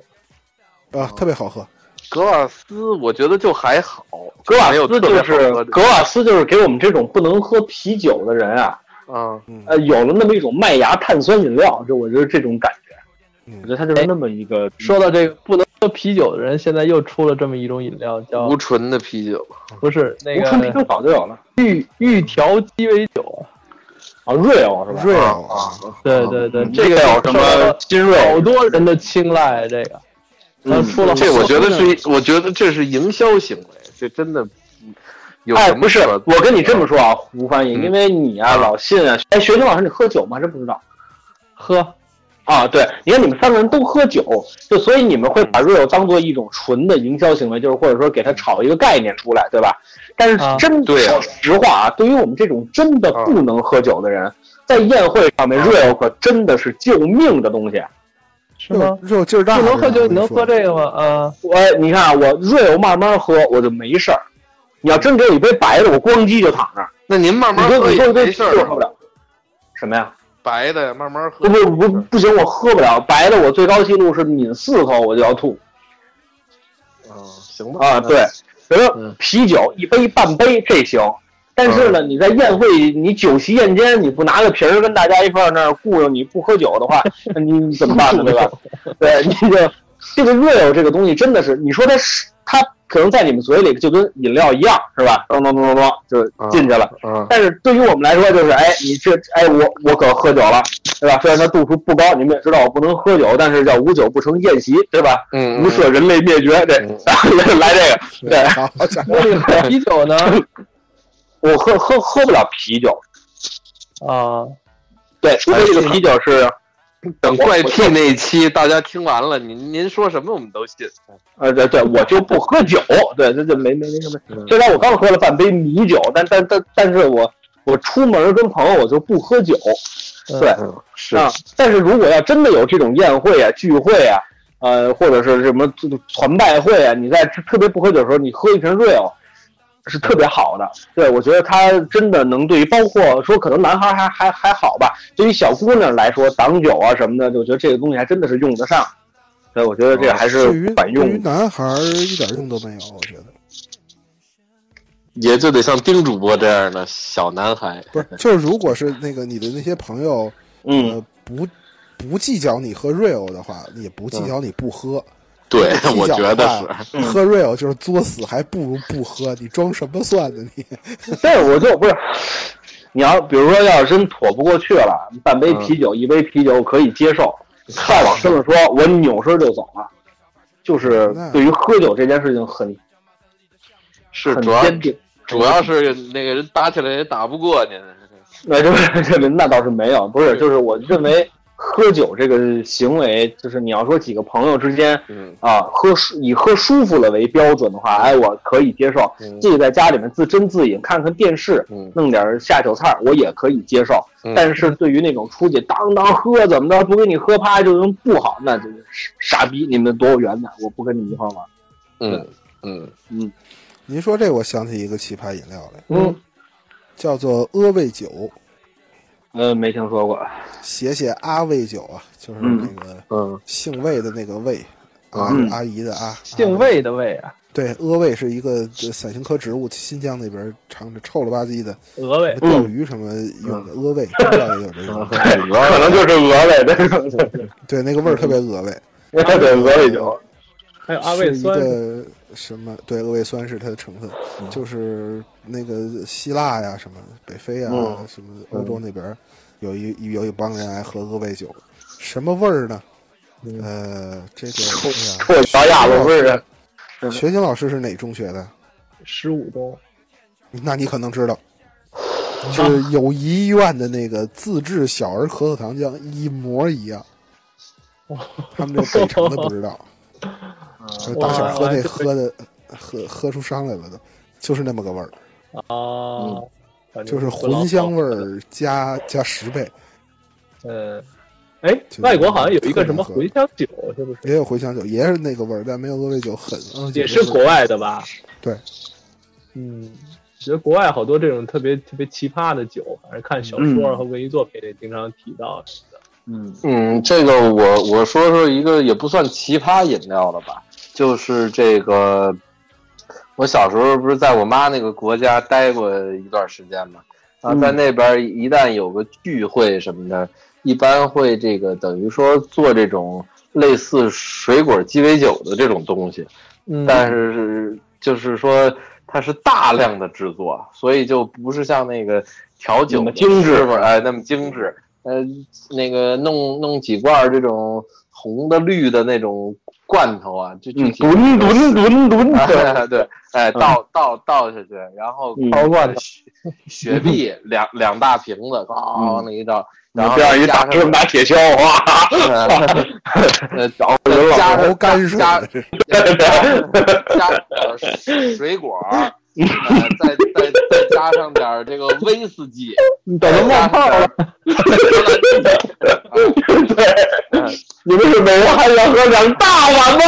S6: 哦
S4: 啊，特别好喝。
S5: 格瓦斯我觉得就还好，
S6: 格瓦
S5: 没有特
S6: 斯就
S5: 别好
S6: 是
S5: 喝的
S6: 格瓦斯就是给我们这种不能喝啤酒的人啊，
S5: 嗯，
S6: 呃，有了那么一种麦芽碳酸饮料，就我觉得这种感觉，
S4: 嗯
S6: 我觉得它就是那么一个
S3: 说到这个不能喝啤酒的人，现在又出了这么一种饮料，叫
S5: 无醇的啤酒，
S3: 不是那
S6: 无醇啤酒
S3: 个
S6: 早就有了
S3: 玉玉调鸡尾酒。
S6: 啊，real 是吧？
S4: 瑞
S5: 啊
S4: 欧
S6: 哦
S5: 啊，
S3: 对对对，这
S6: 这
S3: 个
S6: 个有什么金瑞？
S3: 好多人的青睐，这个然后出了好
S5: 这我觉
S3: 多
S5: 得
S3: 呢
S5: 是，我觉得这是营销行为，这真的有
S6: 哎，
S5: 什么
S6: 不是
S5: 可，
S6: 我跟你这么说啊，胡翻译，
S5: 嗯
S6: 因为你啊，老信啊，哎，学生老师，你喝酒吗？还真不知道
S3: 喝
S6: 啊。对，你看你们三个人都喝酒，就所以你们会把 real 当做一种纯的营销行为，就是或者说给它炒一个概念出来，对吧？但是
S3: 啊
S6: 真
S5: 对啊啊
S6: 说实话啊，对于我们这种真的不能喝酒的人，在宴会上面 real 可真的是救命的东西。
S3: 是吗？
S4: 肉劲儿大
S3: 不
S4: 的人，
S3: 能喝酒，
S4: 我跟
S3: 你能
S4: 说
S3: 喝这个吗？啊，
S6: 我你看啊我 real 慢慢喝，我就没事儿。你要真给我一杯白的，我咣叽就躺那儿。
S5: 那您慢
S6: 你
S5: 慢
S6: 说
S5: 喝
S6: 你
S5: 也
S6: 说
S5: 没
S6: 杯
S5: 事
S6: 酒喝不
S5: 儿，
S6: 了，什么呀？
S5: 白的慢慢喝
S6: 不。不不不行，我喝不了白的，我最高记录是抿四口我就要吐
S5: 嗯，行吧。
S6: 啊。对，比如说
S5: 嗯
S6: 啤酒一杯半杯这行，但是呢，你在宴会，你酒席宴间，你不拿个瓶儿跟大家一块儿那儿雇佣，你不喝 酒的话，那你你怎么办呢？对吧？对， 你这这个 real 这个东西真的是，你说它是它可能在你们嘴里就跟饮料一样，是吧？咚咚咚咚咚就进去了。
S5: 嗯，
S6: 但是对于我们来说，就是哎，你这哎，我我可喝酒了，对吧？虽然它度数不高，你们也知道我不能喝酒，但是叫无酒不成宴席，对吧？
S5: 嗯嗯
S6: 无色人类灭绝，对，
S5: 嗯
S6: 来这个， 对，
S4: 好家伙，
S3: 这个啤酒呢？
S6: 我喝喝喝不了啤酒，
S3: 啊，
S6: 对，除非这个啤酒是
S5: 等怪癖那一期大家听完了，您您说什么我们都信。
S6: 呃，对对，我就不喝酒，对，这这没没没什
S5: 嗯
S6: 么。虽然我刚喝了半杯米酒，但但但但是我我出门跟朋友我就不喝酒，
S3: 嗯
S6: 对，
S5: 嗯，是
S6: 啊，但是如果要真的有这种宴会啊、聚会啊，呃，或者是什么团拜会啊，你在特别不喝酒的时候，你喝一瓶 real 是特别好的。对，我觉得它真的能对于，包括说可能男孩还还还好吧，对于小姑娘来说挡酒啊什么的，我觉得这个东西还真的是用得上。对，我觉得
S5: 啊
S6: 这还是
S4: 对于
S6: 管
S4: 对于
S6: 用的。
S4: 男孩儿一点用都没有，我觉得
S5: 也就得像丁主播这样的小男孩。
S4: 不是，就是如果是那个你的那些朋友，
S6: 嗯，
S4: 呃，不不计较你喝 real 的话，也不计较你不喝，
S5: 对，
S4: 计
S5: 我
S4: 较
S5: 觉
S4: 的
S5: 得
S4: 话
S5: 是。
S4: 喝 real 就是作死，还不如不喝，你装什么蒜呢你？
S6: 对，我就不是。你要比如说，要是真妥不过去了，半
S5: 嗯
S6: 杯啤酒、一杯啤酒可以接受，再往深了说，我扭身就走了。就是
S4: 那
S6: 对于喝酒这件事情很
S5: 是
S6: 很
S5: 主要
S6: 坚定，
S5: 主要是那个人打起来也打不过您。
S6: 那就是 这个那倒是没有，不是，就是我认为喝酒这个行为，就是你要说几个朋友之间
S5: 嗯
S6: 啊，喝舒以喝舒服了为标准的话，哎，我可以接受，
S5: 嗯
S6: 自己在家里面自斟自饮，看看电视，
S5: 嗯
S6: 弄点儿下酒菜儿，我也可以接受。
S5: 嗯
S6: 但是对于那种出去当当喝怎么着，不给你喝趴就能不好，那就是傻逼，你们躲我远点，我不跟你们一块儿玩。
S5: 嗯嗯，
S4: 您说这，我想起一个奇葩饮料来，
S6: 嗯，
S4: 叫做阿魏酒，
S6: 呃，没听说过。
S4: 写写阿魏酒啊，就是那个
S6: 嗯
S4: 姓魏的那个魏，啊
S6: 嗯
S4: 阿姨的阿，
S3: 姓
S4: 阿
S3: 魏的魏啊，
S4: 对，阿魏是一个这伞形科植物，新疆那边长着臭了吧唧的，
S3: 鹅
S4: 什
S3: 魏
S4: 么。钓鱼什么用的，
S6: 嗯
S4: 阿魏不知道也有这种，
S6: 可能就是鹅尾的，
S4: 对，那个味儿特别阿魏，
S6: 对鹅尾酒。
S3: 还有阿魏
S4: 是一
S3: 酸，
S4: 个什么？对，阿魏酸是它的成分，
S6: 嗯
S4: 就是那个希腊呀、什么北非呀、
S6: 嗯
S4: 什么欧洲那边儿有一有一帮人爱喝阿魏酒，什么味儿呢？呃，这个哎呀
S6: 嗯臭脚丫子味儿，
S4: 学景老师是哪中学的？
S3: 十五中
S4: 那你可能知道，
S3: 啊
S4: 就是友谊医院的那个自制小儿可可糖浆一模一样。他们这北城的不 知道，就打小喝那喝的喝喝出伤来了都，就是那么个味儿，
S3: 啊，反正
S4: 嗯就是
S3: 不老
S4: 茴香味
S3: 好。
S4: 儿加加十倍，
S3: 嗯，哎，
S4: 就是
S3: 外国好像有一个什么
S4: 特别
S3: 茴香酒，是不是？
S4: 也有茴香酒，也是那个味儿，但没有鹅尾酒狠。嗯
S3: 也是国外的吧？
S4: 对，
S3: 嗯，觉得国外好多这种特别特别奇葩的酒，反正看小说啊和文艺作品里经常提到什么的。
S6: 嗯
S5: 嗯，这个我我说说一个也不算奇葩饮料了吧，就是这个，我小时候不是在我妈那个国家待过一段时间嘛，啊，
S6: 嗯
S5: 在那边一旦有个聚会什么的，一般会这个等于说做这种类似水果鸡尾酒的这种东西，
S3: 嗯，
S5: 但是是就是说它是大量的制作，啊所以就不是像那个调酒
S6: 那么
S5: 的
S6: 精致
S5: 师傅哎那么精致，呃，那个弄弄几罐儿这种红的绿的那种罐头啊，就就
S6: 嗯，吨吨 吨吨的，
S5: 啊，对，哎，倒倒倒下去，然后
S6: 嗯
S5: 高罐雪雪碧两两大瓶子，咣
S6: 嗯
S5: 那一倒，然后
S6: 边上一
S5: 加
S6: 大
S5: 上
S6: 哥拿铁锹，啊 哇，
S5: 呃，找加
S4: 头
S5: 上
S4: 干水
S5: 加
S4: 的这是
S5: 加点水果，呃再再再加上点儿这个威士忌，
S6: 你等着冒泡了。你们是每人还要喝两大碗 吗？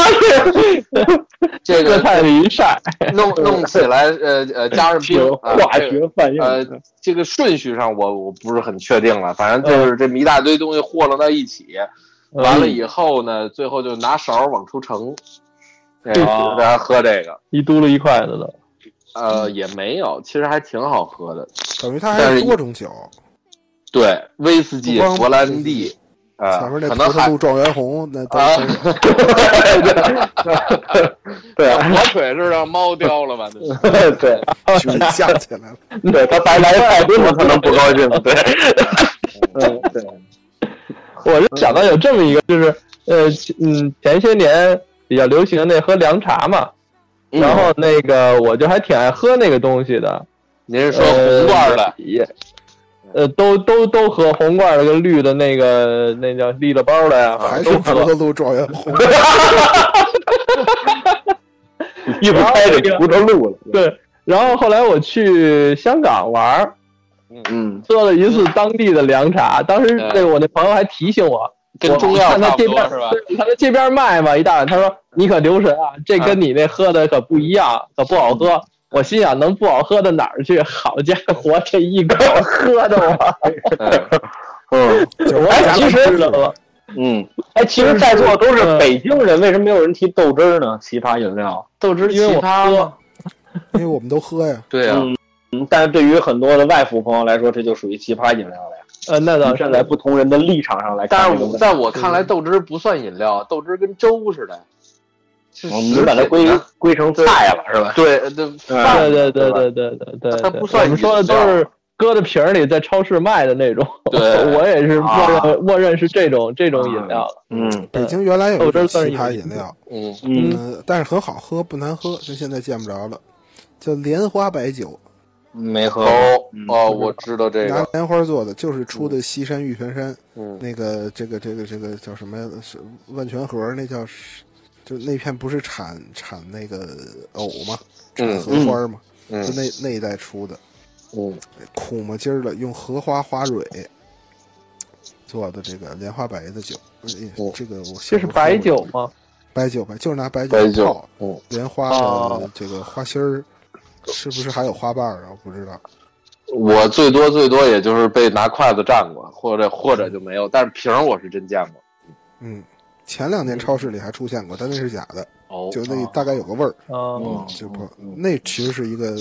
S5: 这
S3: 这
S5: 个
S3: 菜里一晒，
S5: 弄 弄起来，呃呃，加上冰
S6: 有，
S5: 啊
S6: 化
S5: 这个
S6: 学反应，
S5: 呃，这个顺序上我我不是很确定了，反
S6: 嗯
S5: 正就是这么一大堆东西和弄到一起，完了以后呢，最后就拿勺往出盛，对，
S3: 哦
S5: 大家喝这个，
S3: 一嘟噜一筷子的，
S6: 嗯
S5: 呃，也没有，其实还挺好喝的。
S4: 等于它
S5: 但
S4: 还
S5: 是
S4: 有多种酒，
S5: 对，威士忌、
S4: 不光
S5: 勃兰地，啊、
S4: 前面那
S5: 可能
S4: 葡萄
S5: 还
S4: 路状元红那都
S5: 啊
S4: 都有
S6: 对
S4: 啊
S5: 像火腿是让猫叼了吧？那 是
S6: 对
S5: 啊
S4: 酒一下起来了。
S6: 对，他白来太多了，可能不高兴。对，
S5: 嗯对，
S3: 我是想到有这么一个，就是呃，前嗯，前些年比较流行的那喝凉茶嘛，
S5: 嗯
S3: 然后那个我就还挺爱喝那个东西的，
S5: 您是说红罐的？
S3: 呃也，呃，都都都喝红罐的跟绿的那个那叫立了包的
S5: 啊
S3: 呀，
S4: 还
S3: 反
S4: 是
S3: 正都
S4: 葡
S3: 喝。
S4: 萄路状元红，
S6: 一不开这葡萄路了。
S3: 对，然后后来我去香港玩儿，
S6: 嗯，
S3: 喝了一次当地的凉茶，当时那个我那朋友还提醒我，
S5: 跟中药
S3: 我看
S5: 差
S3: 他
S5: 不
S3: 这
S5: 多
S3: 边
S5: 是 吧？
S3: 对，你看他这边卖嘛，一大碗，他说你可留神啊，这
S5: 嗯
S3: 跟你那喝的可不一样，可不好喝。我心想，能不好喝到哪儿去？好家伙，这一口喝的我，
S5: 嗯
S6: 嗯，
S4: 酒
S3: 我
S6: 哎其实
S3: 知道嗯了，
S6: 嗯，哎，其实在座都
S5: 嗯
S6: 是北京人，为什么没有人提豆汁儿呢？奇葩饮料。
S5: 豆汁
S3: 因为我喝，
S4: 因为我们都喝呀。
S5: 对啊，
S6: 嗯嗯，但是对于很多的外府朋友来说，这就属于奇葩饮料了呀。
S3: 呃，那倒是
S6: 站在不同人的立场上来看
S5: 嗯但
S6: 这
S5: 是
S6: 个
S5: 我
S6: 问题，
S5: 在我看来，豆汁不算饮料，豆汁跟粥似的，是
S6: 我哦们把它
S5: 食
S6: 归嗯
S5: 品啊
S6: 归成菜了，是吧？
S5: 对呃对饭
S3: 对对
S5: 对
S3: 对
S5: 吧
S3: 对对对对，
S5: 它
S3: 对
S5: 不算
S3: 我们说的都
S5: 饮
S3: 是
S5: 料
S3: 搁在瓶儿里，在超市卖的那种。
S5: 对
S3: 我也是默
S6: 啊
S3: 认默认是这种这种饮料了。
S6: 嗯
S4: 北京原来有
S3: 豆
S4: 一
S3: 汁儿
S4: 种奇
S3: 算是
S4: 葩
S3: 饮
S4: 饮料，
S5: 嗯，
S6: 嗯
S4: 嗯，但是很好喝，不难喝，就现在见不着了。叫莲花白酒，
S6: 没喝
S5: 哦
S6: 嗯
S5: 哦，我知道这
S4: 拿
S5: 个，
S4: 莲花做的，就是出的西山玉泉山
S5: 嗯
S4: 那个这个这个这个叫什么呀？是万泉河那叫是，就那片不是产产那个藕吗？产
S5: 嗯
S4: 荷花吗？
S5: 嗯
S4: 就那那一带出的，
S5: 嗯
S4: 苦嘛劲儿的，用荷花花蕊做的这个莲花白的酒，哎
S5: 哦
S4: 这个我
S3: 这
S4: 这
S3: 是白
S4: 嗯
S3: 酒吗？
S4: 白酒吧，就是拿白酒
S5: 白酒
S4: 泡
S5: 嗯
S4: 莲花的
S3: 哦
S4: 这个花心儿，是不是还有花瓣儿啊？我不知道。
S5: 我最多最多也就是被拿筷子蘸过，或者或者就没有，但是瓶儿我是真见过。
S4: 嗯，前两年超市里还出现过，但那是假的，
S5: 哦，
S4: 就那大概有个味儿，
S3: 啊，
S6: 哦
S4: 嗯，就不那其实是一个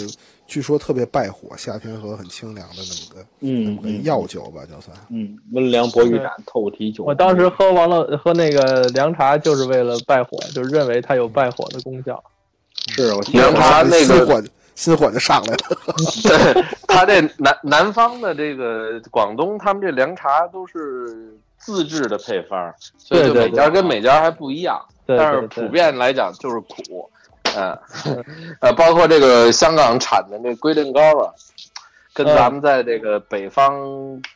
S4: 据说特别败火，夏天喝很清凉的那么个那
S6: 嗯
S4: 么个药酒吧，就算。
S6: 嗯，温良博玉盏透体酒。
S3: 我当时喝完了喝那个凉茶，就是为了败火，就认为它有败火的功效。
S6: 是我记得
S5: 凉茶那
S4: 心
S5: 个，
S4: 火心火就上来了，
S5: 他这南南方的这个广东，他们这凉茶都是自制的配方，所以就
S3: 对
S5: 每
S3: 对
S5: 家跟每家还不一样。
S3: 对
S5: 但是
S3: 对
S5: 普
S3: 对，
S5: 遍来讲就是苦，嗯，呃， 包括这个香港产的那龟苓膏啊，跟
S3: 嗯
S5: 咱们在这个北方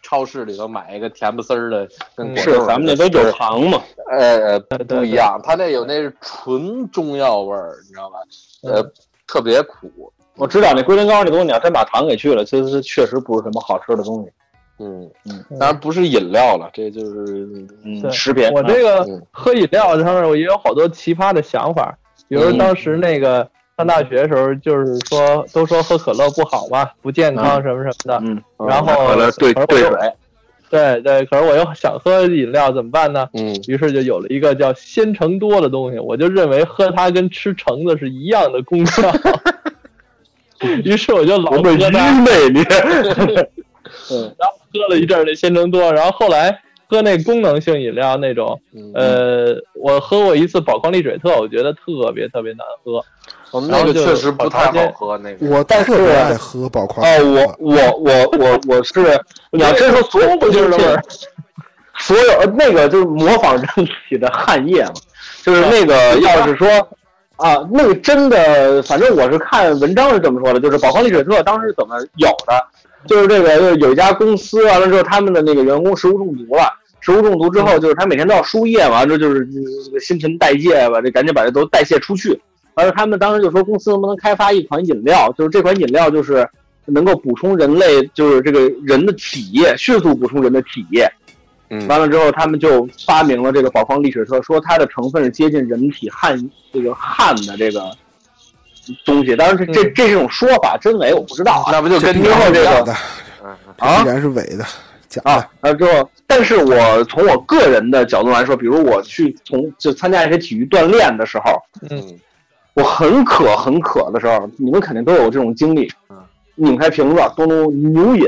S5: 超市里头买一个甜不丝儿的，跟
S3: 嗯
S5: 果
S6: 是
S5: 冻儿
S6: 咱们
S5: 的
S6: 那都酒糖嘛，
S5: 呃
S3: 对对
S5: 不一样，它那有那是纯中药味儿，你知道吧？呃，特别苦，
S6: 嗯我知道那龟苓膏那东西，你要真把糖给去了，其实确实不是什么好吃的东西。
S5: 嗯
S6: 嗯，
S5: 当然不是饮料了，这就是
S6: 嗯，
S3: 对
S6: 食品。
S3: 我这个
S5: 嗯
S3: 喝饮料上面，我也有好多奇葩的想法，比如当时那个上大学的时候，就是说都说喝可乐不好嘛，不健康什么什么的。
S6: 嗯，
S3: 然后
S6: 后来兑
S3: 而我
S6: 兑水，
S3: 对对，可是我又想喝饮料，怎么办呢？
S5: 嗯
S3: 于是就有了一个叫鲜橙多的东西，我就认为喝它跟吃橙子是一样的功效，于是我就老
S6: 我
S3: 喝
S6: 们愚
S3: 它，
S6: 昧，你
S3: 然后喝了一阵儿那鲜橙多，然后后来喝那功能性饮料那种，
S5: 嗯，
S3: 呃，我喝过一次宝矿力水特，我觉得特别特别难喝，
S5: 我们那个确实不太好喝，那个
S4: 我特别爱喝宝矿力水
S6: 啊哦，我我我我我是，你要真说所有不就是
S3: 这味儿
S6: 所有呃那个就是模仿人体的汗液嘛，就是那 个要是说啊，那个真的，反正我是看文章是这么说的，就是宝矿力水特当时怎么有的，就是这个就是有一家公司完了之后，他们的那个员工食物中毒了。食物中毒之后，就是他每天都要输液嘛，完了之后就是呃这个新陈代谢吧，这赶紧把这都代谢出去。完了，他们当时就说公司能不能开发一款饮料，就是这款饮料就是能够补充人类就是这个人的体液，迅速补充人的体液。
S5: 嗯
S6: 完了之后，他们就发明了这个宝矿力水特，说它的成分是接近人体汗这个汗的这个东西。当然这，这这这种说法真伪我不知道啊。
S5: 那不就跟
S6: 之后这
S4: 假
S6: 个
S4: 的，
S5: 嗯
S6: 啊
S4: 必然是伪的，假的
S6: 啊。，然后之后，但是我从我个人的角度来说，比如我去从就参加一些体育锻炼的时候，
S5: 嗯
S6: 我很渴很渴的时候，你们肯定都有这种经历
S5: 嗯，
S6: 拧开瓶子，咚咚牛饮，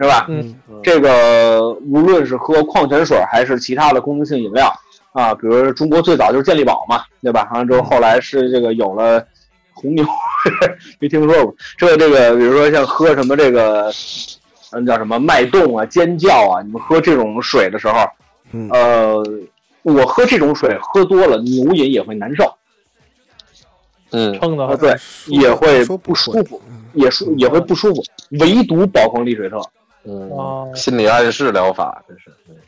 S6: 是吧？
S3: 嗯，
S6: 这个无论是喝矿泉水还是其他的功能性饮料啊，比如中国最早就是健力宝嘛，对吧？完了之后，后来是这个有了红牛， 没听说过。这个这个，比如说像喝什么这个，嗯，叫什么脉动啊、尖叫啊，你们喝这种水的时候，
S4: 嗯
S6: 呃，我喝这种水喝多了，牛饮也会难受。
S5: 嗯，
S3: 撑的
S6: 啊，
S3: 很。
S6: 对，
S4: 说
S6: 也会
S4: 说
S6: 不舒
S4: 说嗯
S6: 服，也舒也会不舒服，唯独宝矿力水特。
S5: 嗯，
S3: 哦
S5: 心理暗示疗法，这是
S4: 说明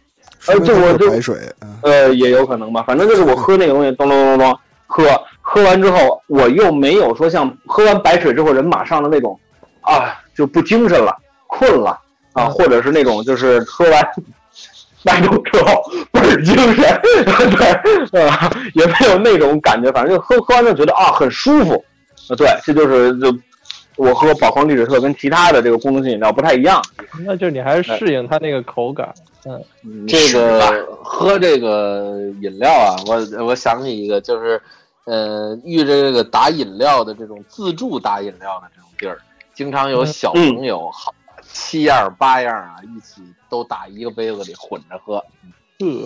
S6: 呃这我
S4: 它是
S6: 就
S4: 白水，嗯
S6: 呃，也有可能吧。反正就是我喝那个东西，咚咚咚咚喝，喝完之后我又没有说像喝完白水之后人马上的那种啊就不精神了、困了啊，或者是那种就是喝完白酒之后倍儿精神，对，呃，也没有那种感觉，反正就喝喝完就觉得啊很舒服，呃，对，这就是就。我喝宝矿力水特跟其他的这个功能性饮料不太一样，
S3: 那就是你还是适应它那个口感。
S5: 这个喝这个饮料啊，我我想起一个，就是呃，遇着这个打饮料的这种自助打饮料的这种地儿，经常有小朋友好七样八样啊，一起都打一个杯子里混着喝，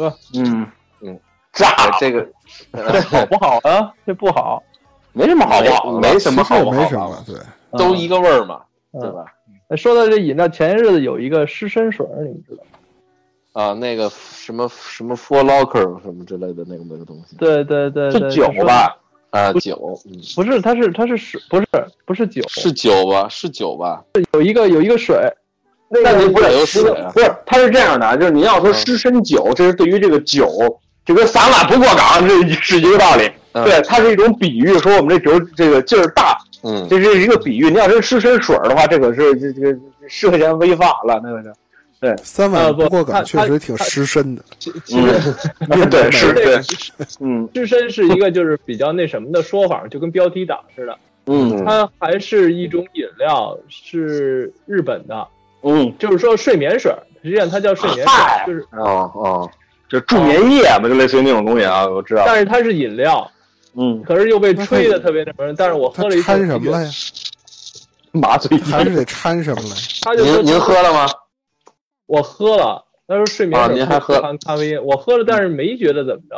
S3: 呃，
S6: 嗯
S5: 嗯，
S6: 炸
S5: 这个
S3: 这好不好啊？这不好，
S6: 没什么好不好的，
S5: 没什么
S4: 其实
S5: 好
S4: 也
S5: 不
S4: 没
S5: 好
S4: 什
S5: 的
S4: 么，，对，
S3: 嗯
S5: 都一个味儿嘛，
S3: 嗯
S5: 对吧？
S3: 说到这饮料，前些日子有一个湿身水儿，你们知道吗？
S5: 啊，那个什么什么 Four Locker 什么之类的那个那个东西
S3: 对对对
S6: 是
S3: 对，
S6: 酒
S3: 他说？
S6: 吧？
S5: 啊，酒，嗯，
S3: 不是，它是它是水，不是不是酒，
S5: 是酒吧？是酒吧？
S3: 有一个有一个水，那
S6: 那
S3: 个
S6: 你不得
S5: 有
S6: 十
S5: 水啊
S6: 不是，他是这样的，就是你要说
S5: 嗯
S6: 湿身酒，这是对于这个酒，就跟散马不过岗这是一个道理。
S5: 嗯
S6: 对，它是一种比喻，说我们这酒这个劲儿大，
S5: 嗯，
S6: 这是一个比喻。你要是湿身水儿的话，这可是这这个涉嫌违法了，那个是。
S4: 三碗
S3: 呃不
S4: 不过岗
S3: 它
S4: 确实挺失身的，
S6: 嗯，对，是，对，嗯
S3: 湿身是一个就是比较那什么的说法，就跟标题党似的。
S6: 嗯
S3: 它还是一种饮料，是日本的，
S6: 嗯，
S3: 就是说睡眠水儿，实际上它叫睡眠
S6: 嗨
S3: 水，就是
S5: 哦哦，
S6: 就助眠液嘛，就类似于那种东西啊，我知道。
S3: 但是它是饮料，
S6: 嗯，
S3: 可是又被
S4: 那它
S3: 吹的特别那什么。但是我
S4: 它
S3: 喝了一口
S4: 掺什么了呀？
S6: 麻醉
S4: 还是得掺什么了？
S3: 他就说
S5: 您您喝了吗？
S3: 我喝了，他说睡眠
S5: 啊
S3: 水
S5: 您
S3: 不
S5: 还喝
S3: 富含咖啡因，我喝了，但是没觉得怎么着。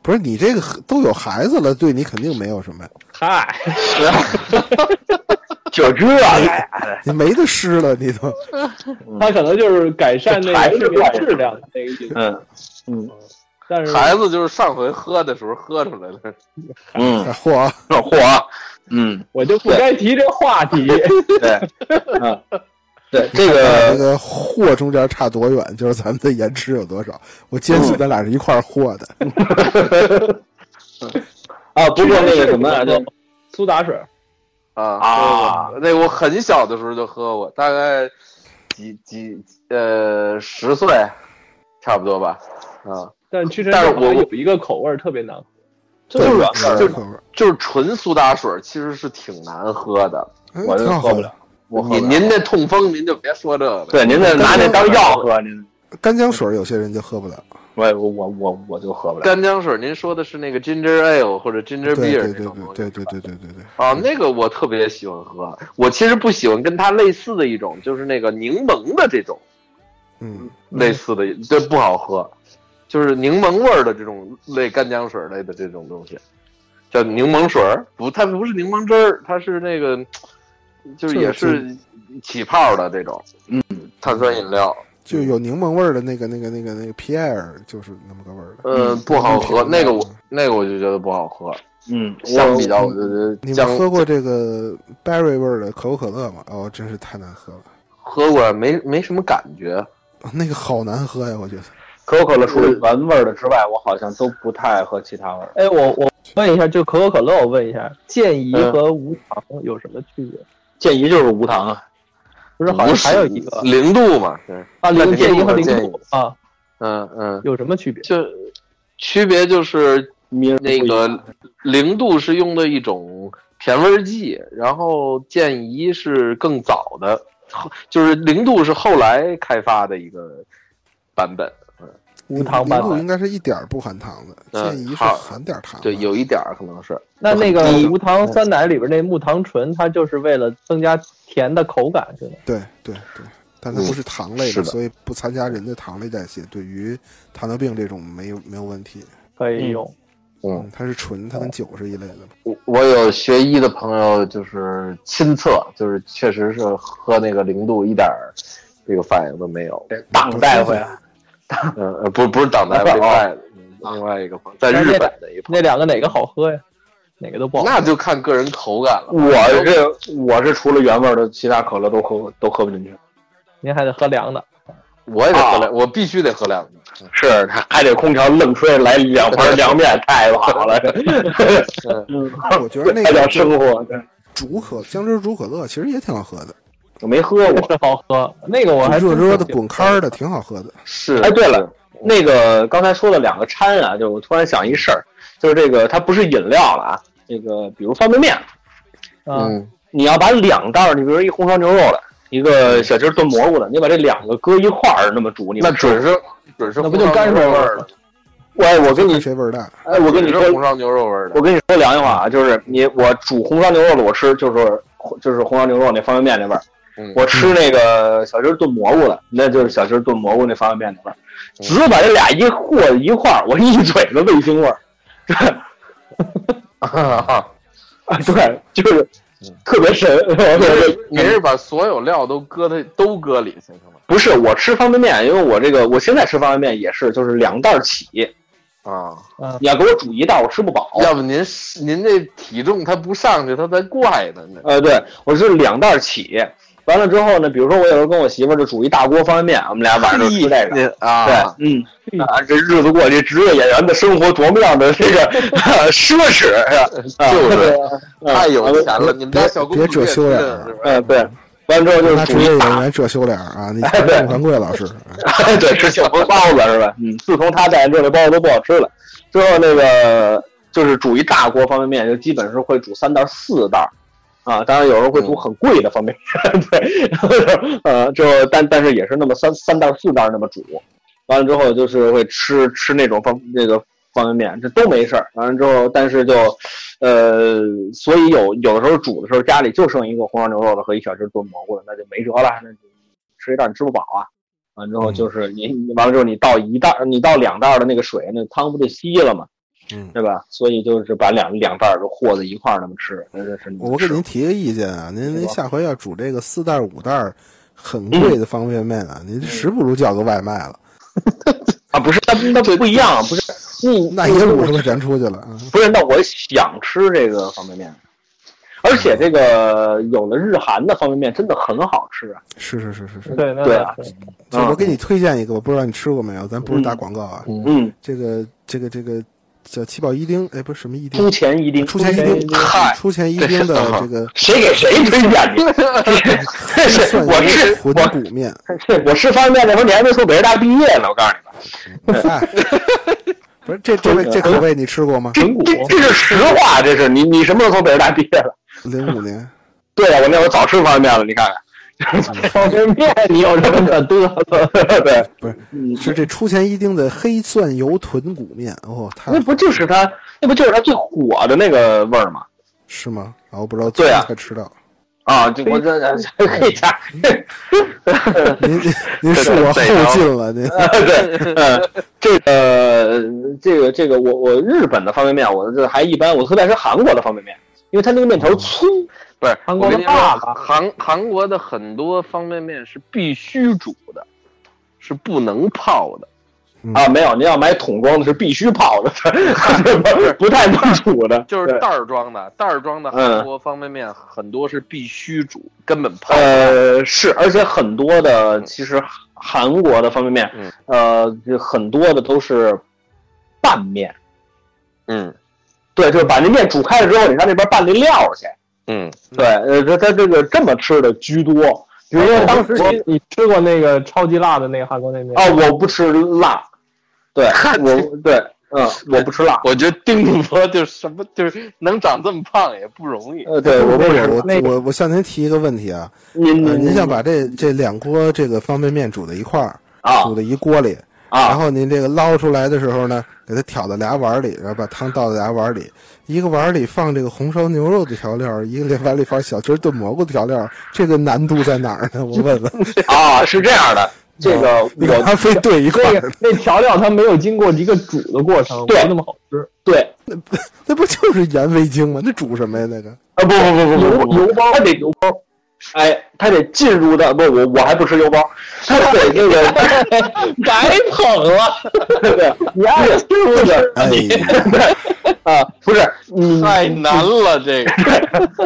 S4: 不是你这个都有孩子了，对你肯定没有什么，
S3: 嗨，
S6: 酒汁啊，
S4: 你没得湿了，你都
S5: 嗯
S3: 他可能就是改善那
S6: 孩
S3: 个
S6: 子
S3: 睡眠
S6: 怪
S3: 质量的那个意思，
S6: 嗯嗯
S3: 但是
S5: 孩子就是上回喝的时候喝出来的。
S6: 嗯。
S4: 嚯啊，
S6: 嚯，嗯，
S3: 我就不该提这话 题。
S6: 对，嗯，对，这
S5: 呃
S4: 那
S6: 个
S4: 个货中间差多远，就是咱们的延迟有多少。我坚
S5: 嗯
S4: 信咱俩是一块儿货的，
S6: 啊，不过那个什么 啊，就
S3: 苏打水，
S5: 啊
S6: 啊
S5: 那我很小的时候就喝过，大概几几呃十岁，差不多吧。啊，
S3: 但屈臣
S5: 但
S3: 氏
S5: 是
S3: 好像
S5: 我
S3: 有一个口味儿特别难喝，
S5: 就是
S4: 是
S5: 就
S4: 可不是
S5: 就是纯苏打水，其实是挺难喝的。
S4: 哎
S6: 我就
S4: 挺好
S6: 喝
S4: 喝
S6: 不
S4: 的。
S6: 我喝
S5: 您您这痛风您就别说这个了。
S6: 对，您这拿那当药喝，您
S4: 干姜水儿有些人就喝不了。
S6: 我我我我我就喝不了。
S5: 干姜水，您说的是那个 ginger ale 或者
S4: 对
S5: ginger
S4: 对
S5: beer
S4: 对
S5: 那
S4: 对
S5: 种东西
S4: 对对对对对对，
S5: 啊，那个我特别喜欢喝。我其实不喜欢跟它类似的一种，就是那个柠檬的这种
S4: 嗯，
S5: 类似的，这不好喝，就是柠檬味儿的这种类干姜水类的这种东西，叫柠檬水儿，不，它不是柠檬汁儿，它是那个，就是也是起泡的这种，嗯，碳酸饮料，
S4: 就有柠檬味儿的那个那个那个那个皮埃尔就是那么个味儿的。
S5: 呃，不好喝，
S4: 嗯
S5: 那个我那个我就觉得不好喝，
S6: 嗯，
S5: 相比
S6: 我
S5: 较我就觉得
S4: 你
S5: 姜
S4: 们喝过这个 berry 味儿的可口可乐吗？哦，真是太难喝了，哦
S5: 喝过没没什么感觉，
S4: 那个好难喝呀，我觉得。
S6: 可口可乐除了原味儿的之外，我好像都不太爱喝其他味儿。
S3: 哎，我我问一下，就可口可乐，我问一下，健怡和无糖有什么区别？
S6: 健怡就是无糖啊，
S3: 不是，好像还有一个
S5: 零度嘛，是，
S3: 啊，零健怡和零
S5: 健怡
S3: 度啊，
S5: 嗯嗯，
S3: 有什么区别？
S5: 就区别就是
S6: 名儿不一
S5: 那
S6: 样
S5: 个零度是用的一种甜味儿剂，然后健怡是更早的，后就是零度是后来开发的一个版本，
S3: 无糖
S4: 零
S3: 版
S4: 度
S3: 本
S4: 应该是一点儿不含糖的，
S5: 嗯
S4: 建议是
S5: 好
S4: 含点儿糖的。
S5: 对，有一点儿可能是，
S3: 那那个无糖酸奶里边那木糖醇，它就是为了增加甜的口感，是吗？
S4: 对对对，但它不是糖类
S5: 是
S4: 的，
S5: 的
S4: 所以不参加人的糖类代谢，对于糖尿病这种没有没有问题。
S3: 可以用。
S5: 嗯，
S4: 它是纯，它跟酒是一类的嘛。
S5: 我我有学医的朋友就是亲测，就是确实是喝那个零度一点儿这个反应都没有，
S6: 得当带回来。
S5: 嗯，呃不不是党代，
S6: 哦
S5: 另外另外一个朋友在日本的一朋
S3: 那
S5: 友
S3: 两个哪个好喝呀？哪个都不好。
S5: 那就看个人口感
S4: 嗯
S5: 了。
S6: 我是我是除了原味儿的，其他可乐都喝都喝不进去。
S3: 您还得喝凉的。
S5: 我也得
S6: 啊
S5: 喝两，我必须得喝两个。
S6: 是，还得空调愣吹来两盘凉面，太好了，嗯
S4: 但我觉嗯得那
S6: 代
S4: 个
S6: 表生活。对
S4: 竹可姜汁竹可乐其实也挺好喝的，
S6: 我没喝
S3: 那
S6: 过
S3: 个。是好喝，那个我还
S4: 热
S3: 真
S4: 热
S3: 不
S4: 的
S3: 行
S4: 滚开儿的挺好喝的。
S5: 是，
S6: 哎，对了，那个刚才说了两个掺啊，就我突然想一事儿，就是这个它不是饮料了啊，这个比如方便面，
S3: 啊！
S5: 嗯，
S6: 你要把两袋儿，你比如一红烧牛肉的，一个小鸡儿炖蘑菇的，你把这两个搁一块儿那么煮，你
S5: 那
S6: 们吃
S5: 准是准是
S3: 那不就干
S5: 烧
S3: 水
S5: 牛肉味
S3: 味
S5: 儿
S3: 儿
S5: 的
S3: 了？
S6: 我我跟你
S4: 看谁味儿大？
S6: 哎，我跟你
S5: 准
S6: 说
S5: 是，红烧牛肉味儿的
S6: 我。跟你说良心话啊，就是你我煮红烧牛肉了，我吃就是就是红烧牛肉那方便面那味儿。
S5: 嗯
S6: 我吃那个小鸡儿炖蘑菇的，那就是小鸡儿炖蘑菇那方便面那味儿。只要把这俩一和一块儿，我一嘴子味精味儿。 啊，对，就是特别神。
S5: 您嗯是把所有料都搁在都搁里，先生们
S6: 不是我吃方便面，因为我这个我现在吃方便面也是，就是两袋儿起。
S5: 啊，
S6: 你要给我煮一袋儿，我吃不饱。
S5: 要不您是您这体重它不上去，它才怪呢。那
S6: 呃，对我是两袋儿起，完了之后呢，比如说我有时候跟我媳妇儿就煮一大锅方便面，我们俩晚上
S5: 哎
S6: 就吃这
S5: 您
S6: 个。对
S5: 啊，，
S6: 嗯，啊，这日子过，这职业演员的生活多么样的这个 奢侈是吧？啊
S5: 就是
S6: 嗯
S5: 太有钱了。
S4: 别
S5: 你们家小公主
S4: 别折羞呀
S5: 是吧
S6: 嗯，对，完了之后就
S4: 那
S6: 是
S4: 职
S6: 煮
S4: 业
S6: 一
S4: 演
S6: 大，
S4: 员遮羞脸儿啊！你 看孟凡贵老师，哎
S6: 对，吃小包包子是吧？嗯，自从他带人之后，这包子都不好吃了。之后那个就是煮一大锅方便面，就基本是会煮三袋儿四袋儿。啊，当然有时候会煮很贵的方便面， 对，呃，就但但是也是那么三三袋儿四袋儿那么煮，完了之后就是会吃吃那种方那个方便面，这都没事儿。完了之后，但是就，呃，所以有有的时候煮的时候家里就剩一个红烧牛肉了和一小只炖蘑菇的，那就没辙了，那就吃一袋儿你吃不饱啊。完了之后就是你你完了之后你倒一袋儿你倒两袋儿的那个水，那汤不就稀了吗？
S4: 嗯，
S6: 对吧？所以就是把两两袋儿就和在一块儿那么吃，那真是
S4: 我给您提个意见啊，您您下回要煮这个四袋儿五袋儿很贵
S6: 嗯
S4: 的方便面啊，您实不如叫个外卖了，
S6: 啊，不是，那那不一样，不是你
S4: 那也五十块钱出去了啊。
S6: 不是，那我想吃这个方便面，而且这个有了日韩的方便面真的很好吃啊。
S4: 是是是是是，
S3: 对，那
S6: 对啊
S3: 那是
S4: 就我给你推荐一个，我不知道你吃过没有，咱不是打广告啊，
S6: 嗯，
S4: 这个这个这个叫七宝一丁，哎，不是什么一丁
S6: 出，前一丁，
S4: 出钱一
S6: 一
S4: 丁，
S6: 嗯
S4: 嗯
S6: 嗨，
S4: 出钱一丁的这个
S6: 谁给谁推 荐的？ 这是
S4: 蒜
S6: 我
S4: 油
S6: 是
S4: 混
S6: 我
S4: 骨 面，
S6: 是我吃方便面那时候你还没从北师大毕业呢，我告诉你吧，
S4: 哎，不是这这位这口味你吃过吗？
S3: 豚骨，
S6: 这这是实话，这是你你什么时候从北师大毕业了？
S4: 零五年，
S5: 啊
S6: 对呀、我那会儿早吃方便面了，你看看。
S5: 方便面你有什么可嘚瑟的？对，
S4: 不是
S5: 嗯，
S4: 是这出前一丁的黑蒜油豚骨面哦，它
S5: 那不就是它，那不就是它最火的那个味儿吗？
S4: 是吗？啊，我不知道，
S5: 对啊
S4: 才吃到。
S5: 啊，这我这 黑 加，
S4: 您您您是我后进了，您
S5: 对，呃，这个这个这个，我我日本的方便面我这还一般，我特别爱吃韩国的方便面，因为它那个面
S2: 哦
S5: 条粗，
S2: 不是
S3: 韩国
S2: 我
S3: 的
S2: 跟你说
S3: 爸爸
S2: 韩韩国的很多方便面是必须煮的，是不能泡的。
S5: 啊，没有，您要买桶装的是必须泡的， 不太能煮的，
S2: 就是袋儿装的，袋儿装的
S5: 嗯
S2: 韩国方便面很多是必须煮，根本泡不了。
S5: 呃是，而且很多的其实韩国的方便面，
S2: 嗯
S5: 呃就很多的都是拌面，
S2: 嗯
S5: 对，就是把那面煮开了之后，你上那边拌那料去，
S2: 嗯，
S5: 对，呃它它这个这么吃的居多。比
S3: 比
S5: 如
S3: 如
S2: 哦
S5: 说
S3: 说
S5: 当
S3: 当
S5: 时
S3: 时你你吃过那个超级辣的那个韩国那面
S2: 哦
S5: 啊，我不吃辣， 对我对，嗯，我不吃辣，
S2: 我觉得丁主播就是什么，就是能长这么胖也不容易。
S5: 呃，对，我不吃
S4: 我
S5: 辣。
S3: 那个
S4: 我我向您提一个问题啊，
S5: 您
S4: 呃您想把这这两锅这个方便面煮在一块儿，
S5: 啊
S4: 煮在一锅里，然
S5: 啊
S4: 后您这个捞出来的时候呢，给它挑到俩碗儿里，然后把汤倒到俩碗儿里，一个碗儿里放这个红烧牛肉的调料，一个碗里放小鸡儿炖蘑菇的调料，这个难度在哪儿呢？我问问，
S5: 啊，是这样的，
S2: 嗯
S5: 这个
S4: 你干
S5: 我
S4: 嘛非对一块
S3: 那
S4: 儿
S3: 个？那调料它没有经过一个煮的过程，
S5: 对
S3: 没那么好吃。
S5: 对
S4: 那不就是盐味精吗？那煮什么呀？那个
S5: 啊，不不不不不不，油包它得油包，哎，它得进入到不我我还不吃油包，它得那个白捧了，对，你爱吃不吃？
S4: 哎呀，
S5: 啊，不是你
S2: 太难了，这个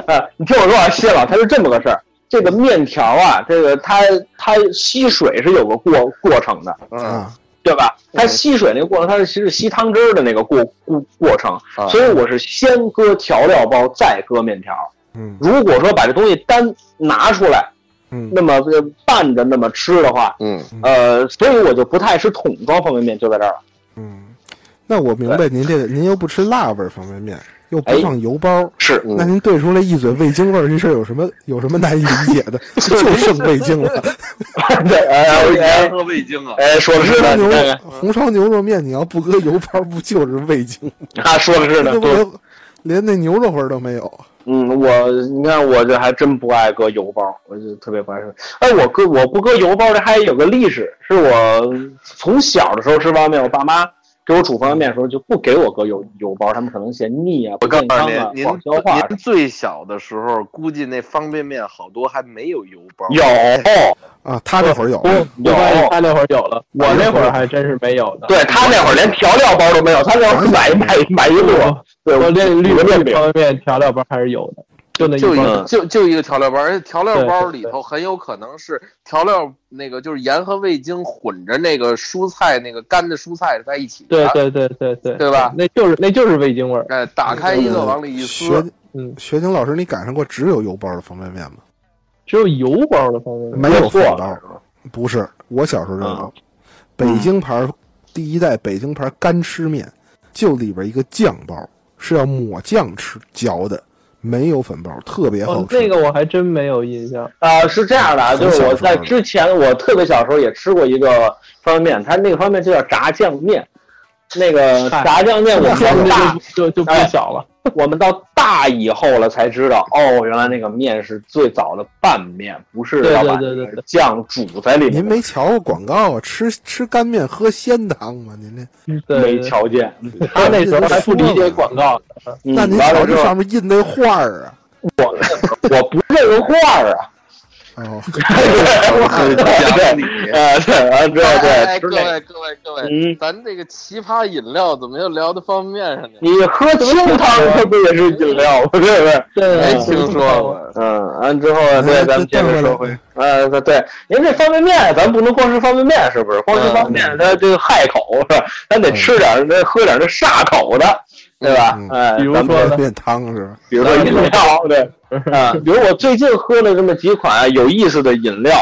S5: 啊，你听我说啊，谢老，它是这么个事儿。这个面条啊，这个它它吸水是有个过过程的，
S4: 啊，
S5: 对吧？它吸水那个过程，它是其实吸汤汁儿的那个过过过程，
S2: 啊
S5: 所以我是先搁调料包，再搁面条。
S4: 嗯
S5: 如果说把这东西单 拿出来，
S4: 嗯
S5: 那么呃拌着那么吃的话，
S2: 嗯，
S5: 呃，所以我就不太吃桶装方便面，就在这儿了。
S4: 嗯，那我明白您这个，您又不吃辣味儿方便面，又不
S5: 哎
S4: 放油包。
S5: 是，
S4: 那您对出来一嘴味精味儿，这事儿有什么有什么难以理解的？就剩味精了。
S5: 对，哎
S2: 盐
S5: 哎
S2: 和味精啊，
S5: 哎，说的
S4: 红
S5: 是
S4: 烧
S5: 呢，
S4: 牛
S5: 你看
S4: 肉红烧牛肉面，你要不搁油包，不就是味精？
S5: 看，啊，说的是呢，
S4: 那不
S5: 对，
S4: 连连那牛肉味儿都没有。
S5: 嗯，我你看我这还真不爱搁油包，我就特别不爱吃。哎，我搁我不搁油包，这还有个历史，是我从小的时候吃方便面，我爸妈给我煮方便面的时候就不给我搁油油包，他们可能嫌腻啊，不
S2: 我告诉
S5: 健康啊，
S2: 您，您
S5: 不好消化啊。
S2: 您最小的时候，估计那方便面好多还没有油包。
S5: 有
S4: 啊，他这会儿有，
S3: 我
S5: 有
S3: 发现他那会儿有了，我那会儿还真是没有的。
S5: 对他那会儿连调料包都没有，他那会儿买买买一摞，对
S3: 我这绿
S5: 几个面
S3: 绿
S5: 饼
S3: 方便面调料包还是有的，就那一
S2: 就一
S3: 包
S2: 个就就一个调料包，而且调料
S3: 对
S2: 包
S3: 对
S2: 里
S3: 对
S2: 头很有可能是调料那个就是盐和味精混着那个蔬菜那个干的蔬菜在一起的。
S3: 对
S5: 啊
S3: 对对对对，
S2: 对吧
S3: 那就是那就是味精味儿，
S2: 哎，打开一个往里一
S4: 学
S2: 撕，
S3: 嗯，
S4: 学景老师，你赶上过只有油包的方便面吗？
S3: 只有油包的方便面。
S4: 没有
S5: 做啊
S4: 粉包，不是，我小时候就有。北京牌儿第一代北京牌儿干吃面，就里边一个酱包，是要抹酱吃嚼的，没有粉包，特别好
S3: 哦，
S4: 吃。
S3: 那个我还真没有印象。
S5: 呃，是这样的啊，
S4: 很
S5: 就是
S4: 小
S5: 我
S4: 时
S5: 在
S4: 候
S5: 之前，我特别小时候也吃过一个方便面，它那个方便面就叫炸酱面。那个
S3: 嗨
S5: 炸酱面，我
S3: 那
S5: 们到大，
S3: 就就就不小了。
S5: 我们到大以后了才知道，哦，原来那个面是最早的拌面，不是
S3: 对
S5: 要把
S3: 对对
S5: 那
S3: 对
S5: 个
S3: 对
S5: 酱煮在里
S4: 您
S5: 面，
S4: 没瞧过广告啊？吃吃干面喝鲜汤吗？您这，
S3: 对
S5: 没
S3: 对对
S5: 条件。
S3: 他那时候还不理解广告呢，
S5: 嗯
S4: 那您
S5: 完
S4: 瞧
S5: 了之
S4: 这
S5: 后，
S4: 上面印那画儿啊？
S5: 我不认识画儿啊，
S4: 哦，
S2: 很讲理。
S5: 呃，对，啊，对
S2: 哎哎
S5: 对，
S2: 哎
S5: 吃
S2: 各
S5: 那个
S2: 位各位各位，
S5: 嗯，
S2: 咱这个奇葩饮料怎么又聊到方便面上去了？
S5: 你喝清汤，它不也是饮料吗？对不对？
S2: 啊 没
S3: 对
S2: 听说。过，
S5: 嗯，完之后， 对，咱们接着说回。
S4: 回。
S5: 呃，对对，您这方便面，咱不能光吃方便面，是不是？光吃方
S2: 嗯
S5: 便面，它这个害口，是吧？咱得吃点儿那喝点儿那煞口的，对吧
S4: 嗯？
S5: 哎，
S3: 比如
S5: 咱们
S3: 说呢
S4: 面汤是吧？
S5: 比如说饮料，对啊，比如我最近喝了这么几款啊有意思的饮料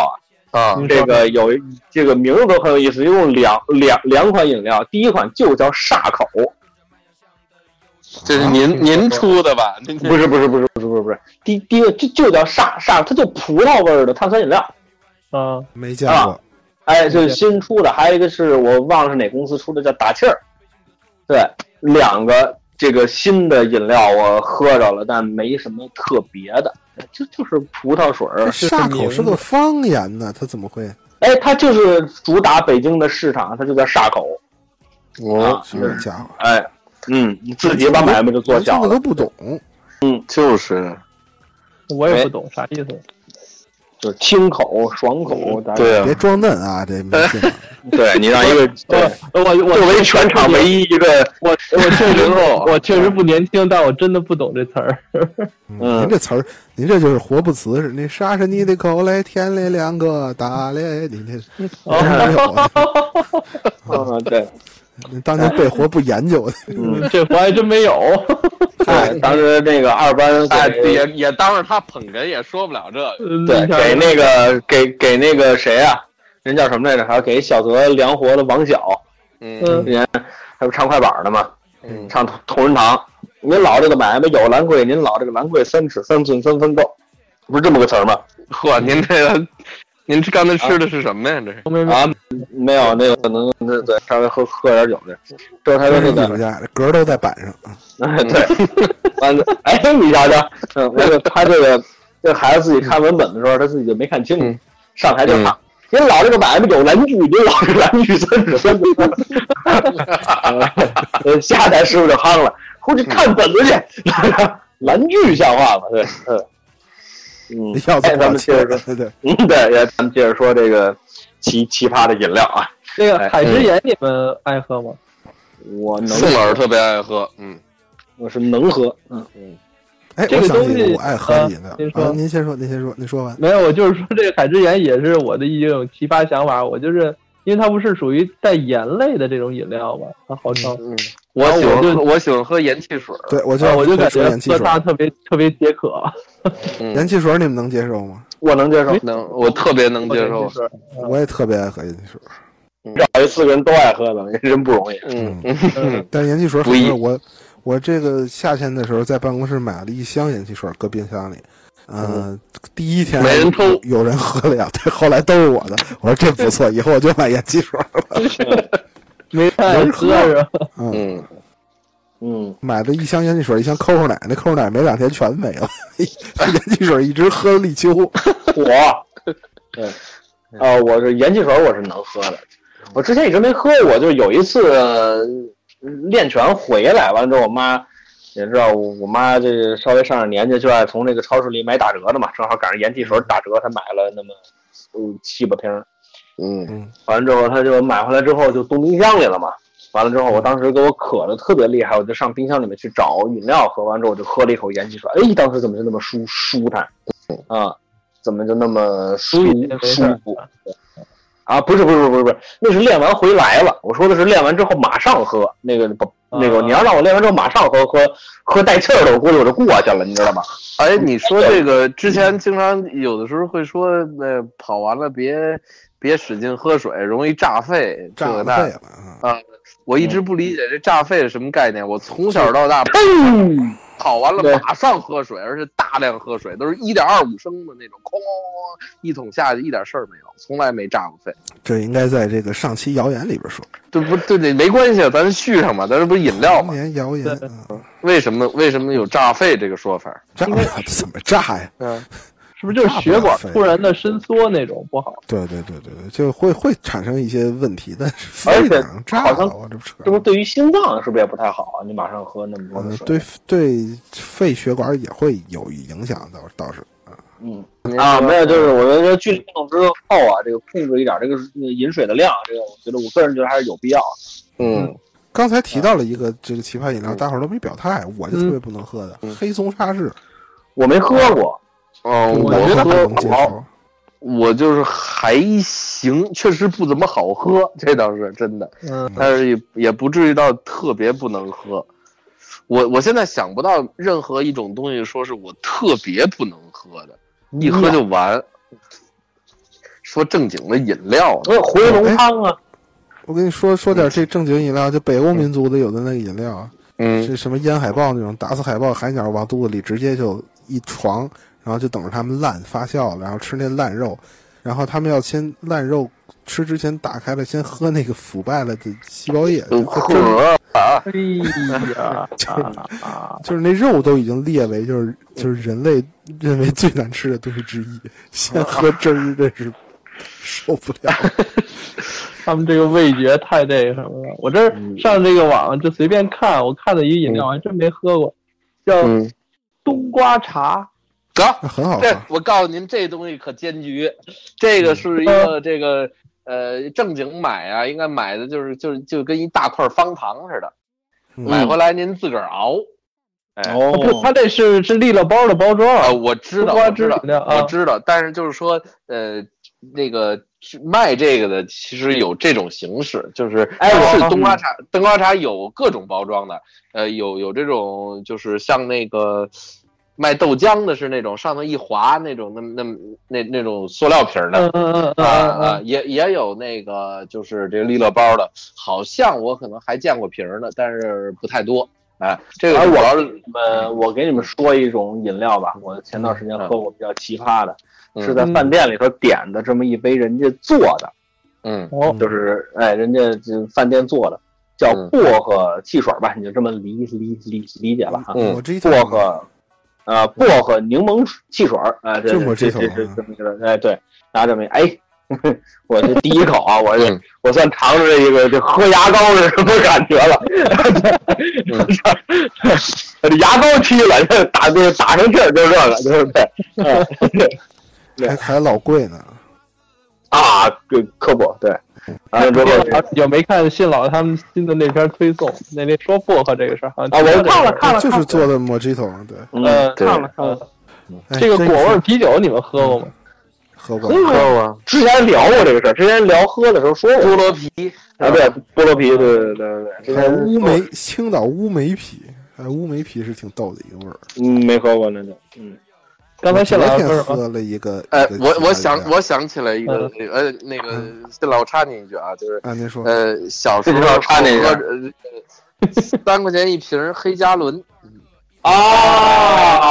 S5: 啊，
S2: 啊
S3: 嗯
S5: 这个有这个名字都很有意思，一共两两两款饮料，第一款就叫煞口，这是
S4: 啊
S5: 您您出的吧？您
S2: 不是不是不是不是不是不是，第第一个就就叫煞煞，它就葡萄味儿的碳酸饮料，
S3: 啊，
S4: 没见过，
S2: 哎，就是新出的，还有一个是我忘了是哪公司出的，叫打气儿，对，两个这个新的饮料我喝着了，但没什么特别的，哎就就是葡萄水
S4: 这
S2: 儿，
S4: 煞口是个方言呢，他怎么会？
S2: 哎，它就是主打北京的市场，它就叫煞口，
S5: 我
S4: 这家伙，
S2: 哎，嗯，你自己把买卖就做
S4: 我这
S2: 小
S4: 个
S2: 了，
S4: 都不懂，
S3: 嗯
S5: 嗯就是
S3: 我也不懂啥意思。
S2: 就是清口爽口，咱
S5: 对啊
S4: 别，装嫩啊，这 没劲。
S5: 对你让一 个
S3: 我我我
S5: 作为全场唯一一个
S3: 我我确实
S5: 零后，
S3: 我确实不年轻，但我真的不懂这词儿。
S4: 嗯，您这词儿，您这就是活不辞是？那杀杀你的口嘞，舔嘞两个，打嘞，你 这没
S3: 哦
S4: 有，
S2: 嗯 对，
S4: 你当年被活不研究的，
S2: 嗯，
S3: 这我还真没有。
S2: 哎，当时那个二班
S5: 哎
S2: 给
S5: 也也当着他捧哏也说不了这个。
S2: 对，
S3: 对
S2: 给那个给给那个谁啊，人叫什么来着？还要给小泽良活的王晓，
S5: 嗯
S2: 人他不唱快板的嘛，
S5: 嗯，
S2: 唱同同仁堂。您老这个买卖有兰桂，您老这个兰桂三尺三寸三分够，不是这么个词儿吗？
S5: 嚯，您这个您刚才吃的是什么呀？这是
S3: 没没
S2: 啊，没有那个可能那对稍微喝喝点酒的，这是他 说
S4: 真是
S2: 那
S4: 艺术
S2: 个
S4: 家，这嗝儿都在板上。
S3: 哎
S2: 对，完了，哎，你瞧瞧，嗯，完了，他这个这孩子自己看文本的时候，他自己就没看清楚
S5: 嗯，
S2: 上台就唱。您老这个买卖有难句，您老是难句三指三指， 呃下台师傅就夯了，回去看本子去， 难句像话吗？对，嗯，嗯，
S4: 要
S2: 哎
S4: 怎
S2: 咱
S4: 么
S2: 们接着说，
S4: 对对，
S2: 嗯，对，哎咱们接着说这个奇奇葩的饮料啊，
S3: 那个海之盐，你们爱喝吗？
S2: 我能，
S5: 宋老师特别爱喝，嗯，
S2: 我是能喝，嗯，
S4: 哎，
S3: 这
S4: 我
S3: 个
S4: 想起
S3: 东西
S4: 我爱喝
S3: 啊
S4: 饮料
S3: 您
S4: 啊，
S3: 说
S4: 您先说，您先说，您说完。
S3: 没有，我就是说这个海之盐也是我的一种奇葩想法。我就是因为它不是属于带盐类的这种饮料嘛，它号称，
S5: 我喜欢
S3: 我就
S5: 喝我喜欢喝盐汽水，
S4: 对，我就
S3: 啊我就感
S4: 说
S3: 觉
S4: 盐汽
S3: 喝
S4: 水，
S3: 它特别特别解渴。
S4: 盐汽水你们能接受吗？
S2: 我能接受。
S5: 能嗯我特别能接受，
S3: 是
S4: 我也特别爱喝盐汽水，
S2: 找一四个人都爱喝的， 真不容易。
S5: 嗯，
S4: 但盐汽水好
S5: 不易
S4: 喝。我我这个夏天的时候在办公室买了一箱盐汽水，搁冰箱里。嗯，第一天
S5: 没人抽
S4: 有有人喝了呀，对，后来都是我的。我说这不错，以后我就买盐汽水。
S3: 没太喝是吧？
S4: 嗯，
S5: 嗯，
S2: 嗯，
S4: 买了一箱盐汽水，一箱抠抠奶，那抠抠奶没两天全没了。 盐汽水一直喝立秋，
S2: 我，对，啊，我是盐汽水，我是能喝的。我之前一直没喝过，就有一次呃练拳回来，完了之后我妈。也知道我我妈这个稍微上点年纪，就爱从那个超市里买打折的嘛，正好赶上盐汽水打折，她买了那么嗯七八瓶儿，
S5: 嗯
S2: 完了之后，他就买回来之后就冻冰箱里了嘛。完了之后，我当时给我渴的特别厉害，我就上冰箱里面去找饮料喝。完之后，我就喝了一口盐汽水，哎，当时怎么就那么舒舒坦啊？怎么就那么舒
S3: 理没事
S2: 舒服啊？不是不是不是不是，那是练完回来了。我说的是练完之后马上喝，那个不那个，
S3: 啊
S2: 你要让我练完之后马上喝，喝喝带气儿的，我估计我就过去了，你知道吗？
S5: 哎，你说这个之前经常有的时候会说，那跑完了别别使劲喝水，容易炸肺，这
S4: 炸
S5: 个
S4: 了
S5: 那
S4: 肺。了啊！嗯
S5: 我一直不理解这炸肺是什么概念。我从小到大
S2: 砰！
S5: 跑完了
S2: 对
S5: 马上喝水，而且大量喝水，都是一点二五升的那种，哐哐哐哐一桶下去一点事儿没有，从来没炸过肺。
S4: 这应该在这个上期谣言里边说。
S5: 这不对，这没关系，啊咱续上吧，咱这不是饮料
S4: 当
S5: 吗？
S4: 年谣言
S3: 对
S4: 啊，
S5: 为什么为什么有炸肺这个说法？
S4: 炸了怎么炸呀？
S5: 嗯，
S3: 是不是就是血管突然的伸缩那种不好？
S4: 对对对对对，就会会产生一些问题，但是
S2: 而
S4: 非
S2: 且
S4: 常炸
S2: 好像
S4: 了，我这不扯
S2: 这不是对于心脏是不是也不太好啊？你马上喝那么多的
S4: 嗯
S2: 水，
S4: 对对肺血管也会有影响，倒倒是
S2: 嗯。啊，没有，就是我觉得剧烈运动之后啊，这个控制一点这个呃饮水的量，这个我觉得我个人觉得还是有必要。
S5: 嗯
S4: 刚才提到了一个这个奇葩饮料，大伙儿都没表态，我就
S3: 嗯
S4: 特别不能喝的、黑松沙士，
S2: 我没喝过，
S5: 哦，
S4: 我
S5: 我
S4: 特别不
S5: 喝
S4: 能接
S5: 我
S4: 受。
S5: 我就是还行，确实不怎么好喝，这倒是真的。
S3: 嗯，
S5: 但是也也不至于到特别不能喝。我我现在想不到任何一种东西说是我特别不能喝的，
S4: 嗯
S5: 一喝就完。说正经的饮料
S4: 哦
S5: 呢，
S2: 那回龙汤啊，
S4: 我跟你说说点这正经饮料，就北欧民族的有的那个饮料啊，
S5: 嗯
S4: 是什么腌海豹那种，打死海豹，海鸟往肚子里直接就一床，然后就等着它们烂发酵了，然后吃那烂肉，然后他们要先烂肉吃之前打开了，先喝那个腐败了的细胞液，
S5: 嗯，
S4: 就就
S5: 壳
S3: 哎 呀，啊
S4: 就是那肉都已经列为就是就是人类认为最难吃的东西之一，先喝汁儿真是受不 了。
S3: 他们这个味觉太那个什么了。我这儿上这个网就随便看，我看了一个饮料，我还真没喝过，叫
S5: 嗯，
S3: 冬瓜茶。
S5: 得
S4: 那很好嗯
S5: 这
S4: 喝，
S5: 我告诉您，这东西可坚决，这个是一个这个呃正经买啊，应该买的就是就是就跟一大块方糖似的，
S4: 嗯
S5: 买回来您自个儿熬。哎，
S3: 哦不，它这是是立了包的包装
S5: 啊，
S3: 啊。
S5: 我知
S3: 冬
S5: 道，
S3: 瓜
S5: 我知道
S3: 汁饮料，啊
S5: 我知道，但是就是说，呃，那个卖这个的其实有这种形式，就是
S6: 哎我
S5: 是冬瓜茶，冬瓜茶有各种包装的，呃，有有这种就是像那个卖豆浆的是那种上头一划那种那那那那种塑料瓶儿的，
S3: 嗯嗯嗯
S5: 啊
S3: 嗯
S5: 啊
S3: 嗯，，
S5: 也也有那个就是这个利乐包的，好像我可能还见过瓶儿的，但是不太多。哎，这个
S6: 而
S5: 主
S6: 我
S5: 要是
S6: 你们，我给你们说一种饮料吧，我前段时间喝过比较奇葩的，
S5: 嗯
S6: 是在饭店里头点的这么一杯人家做的，
S5: 嗯
S3: 哦，
S6: 就是哎，人家这饭店做的叫
S5: 嗯
S6: 薄荷汽水吧，你就这么理理理理解吧啊，
S5: 嗯
S4: 我这一
S6: 薄荷，呃，薄荷柠檬汽水儿，啊，这
S4: 这么
S6: 这
S4: 这
S6: 这
S4: 头
S6: 这
S4: 啊
S6: 这么一个，哎，对，拿这么一哎。 我这第一口啊，我这
S5: 嗯
S6: 我算尝出来一个这喝牙膏是什么感觉了。我 这牙膏踢了，这打这打成气儿就这个，就是对嗯
S4: 还还老贵呢，
S6: 啊，可可不对。完了之后这
S3: 啊有没看信老他们新的那篇推送？那那说薄荷这个事儿好像
S6: 啊我看了
S3: 看了
S4: 就是做的 mojito，对，
S6: 嗯
S3: 呃
S5: 对
S3: 看了看了。
S4: 哎
S3: 嗯这个
S4: 真
S3: 果味
S4: 是
S3: 儿嗯啤酒你们喝过吗？
S4: 喝过，
S5: 喝过
S6: 之前聊过这个事儿，之前聊喝的时候说过
S5: 菠萝啤，
S6: 啊，对菠萝啤，对对对对对，之
S4: 还有
S6: 前
S4: 乌梅，青岛乌梅啤，哎，乌梅啤是挺逗的一个味儿。
S6: 嗯没喝过那就嗯
S3: 刚才信哎老说
S4: 昨天
S3: 什么？
S4: 喝了一个，
S5: 哎
S4: 一，个
S5: 我
S4: 其他饮
S5: 我想
S4: 料
S5: 我想起来一个，呃，那个，这老我插你一句啊，就是
S4: 啊，您说，
S5: 呃，小时候
S6: 这就让我插你一
S5: 喝
S6: 下
S5: 呃三块钱一瓶黑加仑，
S6: 啊。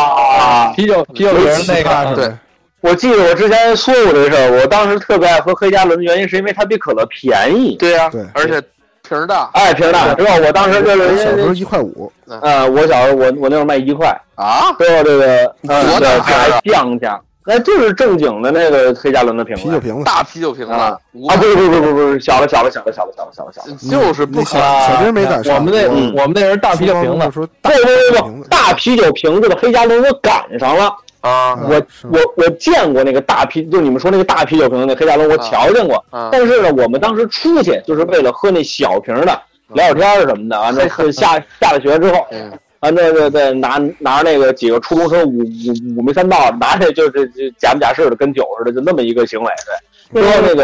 S3: 啤酒啤酒瓶儿那个，
S5: 对，
S6: 我记得我之前说过这事儿，我当时特别爱喝黑加仑的原因是因为它比可乐便宜，
S5: 对呀
S4: 对，
S3: 呃
S5: 而且瓶儿大
S6: 哎，瓶儿大，知道我当时就是
S4: 小
S6: 因
S4: 时候
S6: 为
S4: 一块五，
S6: 呃，我小时候我我那会儿卖一块，
S5: 嗯啊，
S6: 最后这个
S5: 多大
S6: 呃对，
S5: 瓶儿啊
S6: 还降价，那就是正经的那个黑加仑的瓶
S4: 啤
S6: 子
S4: 酒瓶子，
S5: 大啤酒瓶子
S6: 啊，
S5: 五
S6: 啊，不是不是不是不是小了小了小了小了小了小了小
S5: 嗯
S6: 了，
S5: 就是不
S4: 那
S5: 可
S4: 小
S5: 能，
S4: 小兵没赶上，
S3: 我们那
S6: 嗯
S3: 我们那是大啤酒瓶子
S4: 我，说
S6: 不
S4: 大啤酒
S6: 不
S4: 瓶
S6: 不
S4: 子
S6: 不，大啤酒瓶子的黑加仑我赶上了，
S5: 啊
S6: 我
S4: 是吗
S6: 我我见过那个大啤，就你们说那个大啤酒瓶子那黑加仑我瞧见过，
S5: 啊，
S6: 但是呢，我们当时出去就是为了喝那小瓶的。
S5: 啊
S6: 聊聊天儿什么的，完了喝下下了学之后，
S5: 嗯
S6: 啊，那个对，拿拿那个几个初中生五五五迷三道，拿着就是就假模假式的跟酒似的，就那么一个行为。对，然后那个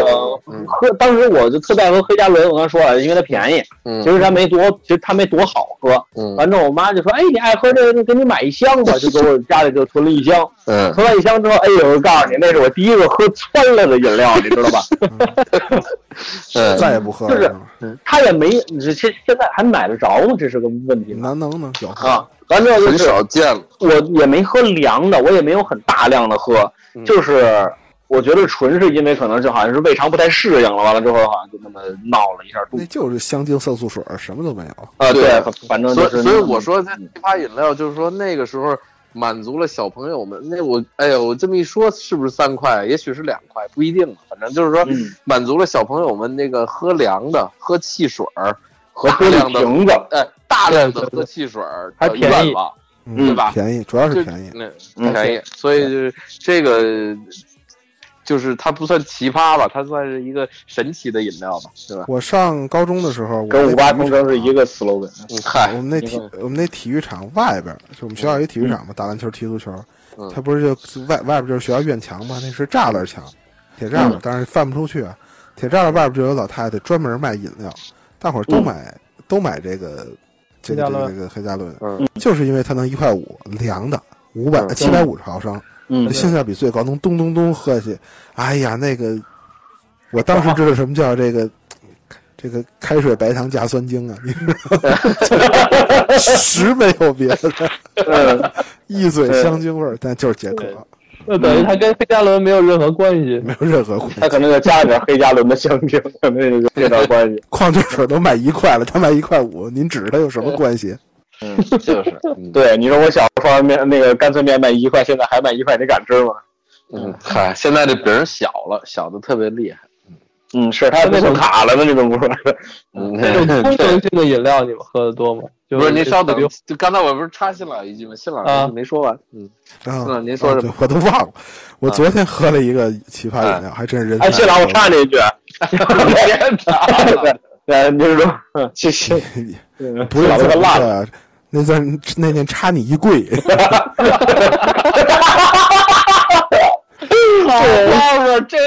S5: 嗯
S6: 喝，当时我就特别爱喝黑加仑，我刚才说了，因为它便宜，
S5: 嗯
S6: 其实它没多，其实它没多好喝。
S5: 嗯
S6: 完之后，我妈就说：“哎，你爱喝这个，那给你买一箱吧。”就给我家里就囤了一箱，
S5: 嗯，
S6: 囤完一箱之后，哎呦，我告诉你，那是我第一个喝穿了的饮料，你知道 吧？
S5: 嗯
S4: 再也不喝了，
S6: 就是
S4: 是吗
S6: 它也没，现现在还买得着吗？这是个问题呢。
S4: 难能呢有
S6: 啊，完之后就
S5: 很
S6: 是
S5: 少见了，
S6: 我也没喝凉的，我也没有很大量的喝，
S5: 嗯
S6: 就是我觉得纯是因为可能就好像是胃肠不太适应了，完了之后好像就那么闹了一下肚
S4: 那
S6: 子
S4: 就是香精色素水，什么都没有，
S6: 啊，
S5: 嗯对
S6: 对，反正
S5: 所
S6: 就
S5: 以
S6: 是
S5: 所以我说这批发饮料就是说那个时候。满足了小朋友们，那我哎呀，我这么一说，是不是三块？也许是两块，不一定。反正就是说，
S6: 嗯，
S5: 满足了小朋友们那个喝凉的、喝汽水儿，
S6: 和
S5: 大
S6: 玻璃
S5: 量的
S6: 瓶子，
S5: 哎，大量的喝汽水儿
S3: 还
S5: 的
S3: 便宜
S5: 愿望，
S4: 嗯
S5: 对吧
S4: 便宜，主要是
S5: 这
S4: 便宜，
S5: 嗯，便宜。所以就是这个，就是它不算奇葩吧，它算是一个神奇的饮料吧，对吧？
S4: 我上高中的时候，我
S6: 跟
S4: 那
S6: 五八
S4: 体育
S6: 同城是
S4: 场
S6: 一个 slogan。
S5: 嗯，嗨
S4: 我，们那体我们那体育场外边儿，就我们学校有一体育场嘛，打篮球、踢足球
S5: 嗯，
S4: 它不是就外外边就是学校院墙嘛，那是栅栏墙，铁
S5: 嗯
S4: 栅栏，但是翻不出去啊。铁栅栏外边就有老太太专门卖饮料，大伙儿
S5: 嗯
S4: 都买都买这个这个
S3: 黑加
S4: 这个
S3: 仑
S4: 这个黑加仑
S5: 嗯，
S4: 就是因为它能一块五凉的。五百
S5: 嗯
S4: 七百五十毫升，
S6: 嗯，
S4: 性价比最高，能咚咚咚喝下去。哎呀，那个，我当时知道什么叫这个，这这个开水白糖加酸精啊，你知道吗实没有别的，
S6: 嗯，
S4: 一嘴香精味儿，但就是解渴，
S3: 那等于他跟黑加仑没有任何关系。
S4: 没有任何苦。
S6: 他可能就加了点黑加仑的香精，可能也就这点关系。
S4: 矿泉水都卖一块了，他卖一块五，您指着他有什么关系？
S6: 嗯，
S5: 就是，嗯
S6: 对，你说我小时候方便面那个干脆面卖一块，现在还卖一块，你敢吃吗？
S5: 嗯，嗨，现在这饼儿小了，小的特别厉害。
S6: 嗯，是，他那种卡了呢，这种不是？
S5: 嗯，
S3: 那种功
S5: 对
S3: 能性的饮料你们喝的多吗？就
S5: 不是您稍等
S3: 比如，
S5: 就刚才我不是插新老一句吗？新老
S3: 啊
S5: 师没说完，嗯，
S4: 啊
S5: 嗯，您说
S4: 啊
S5: 什
S4: 对
S5: 么
S4: 我都忘了。我昨天喝了一个奇葩饮料，还真是人。
S6: 啊哎，谢老，我插你一句，
S5: 别插了，
S6: 呃，您说，嗯谢谢。
S4: 不是
S6: 老子
S4: 这么
S6: 辣
S4: 说呀那咱那天插你一 跪，
S5: 好浪漫，这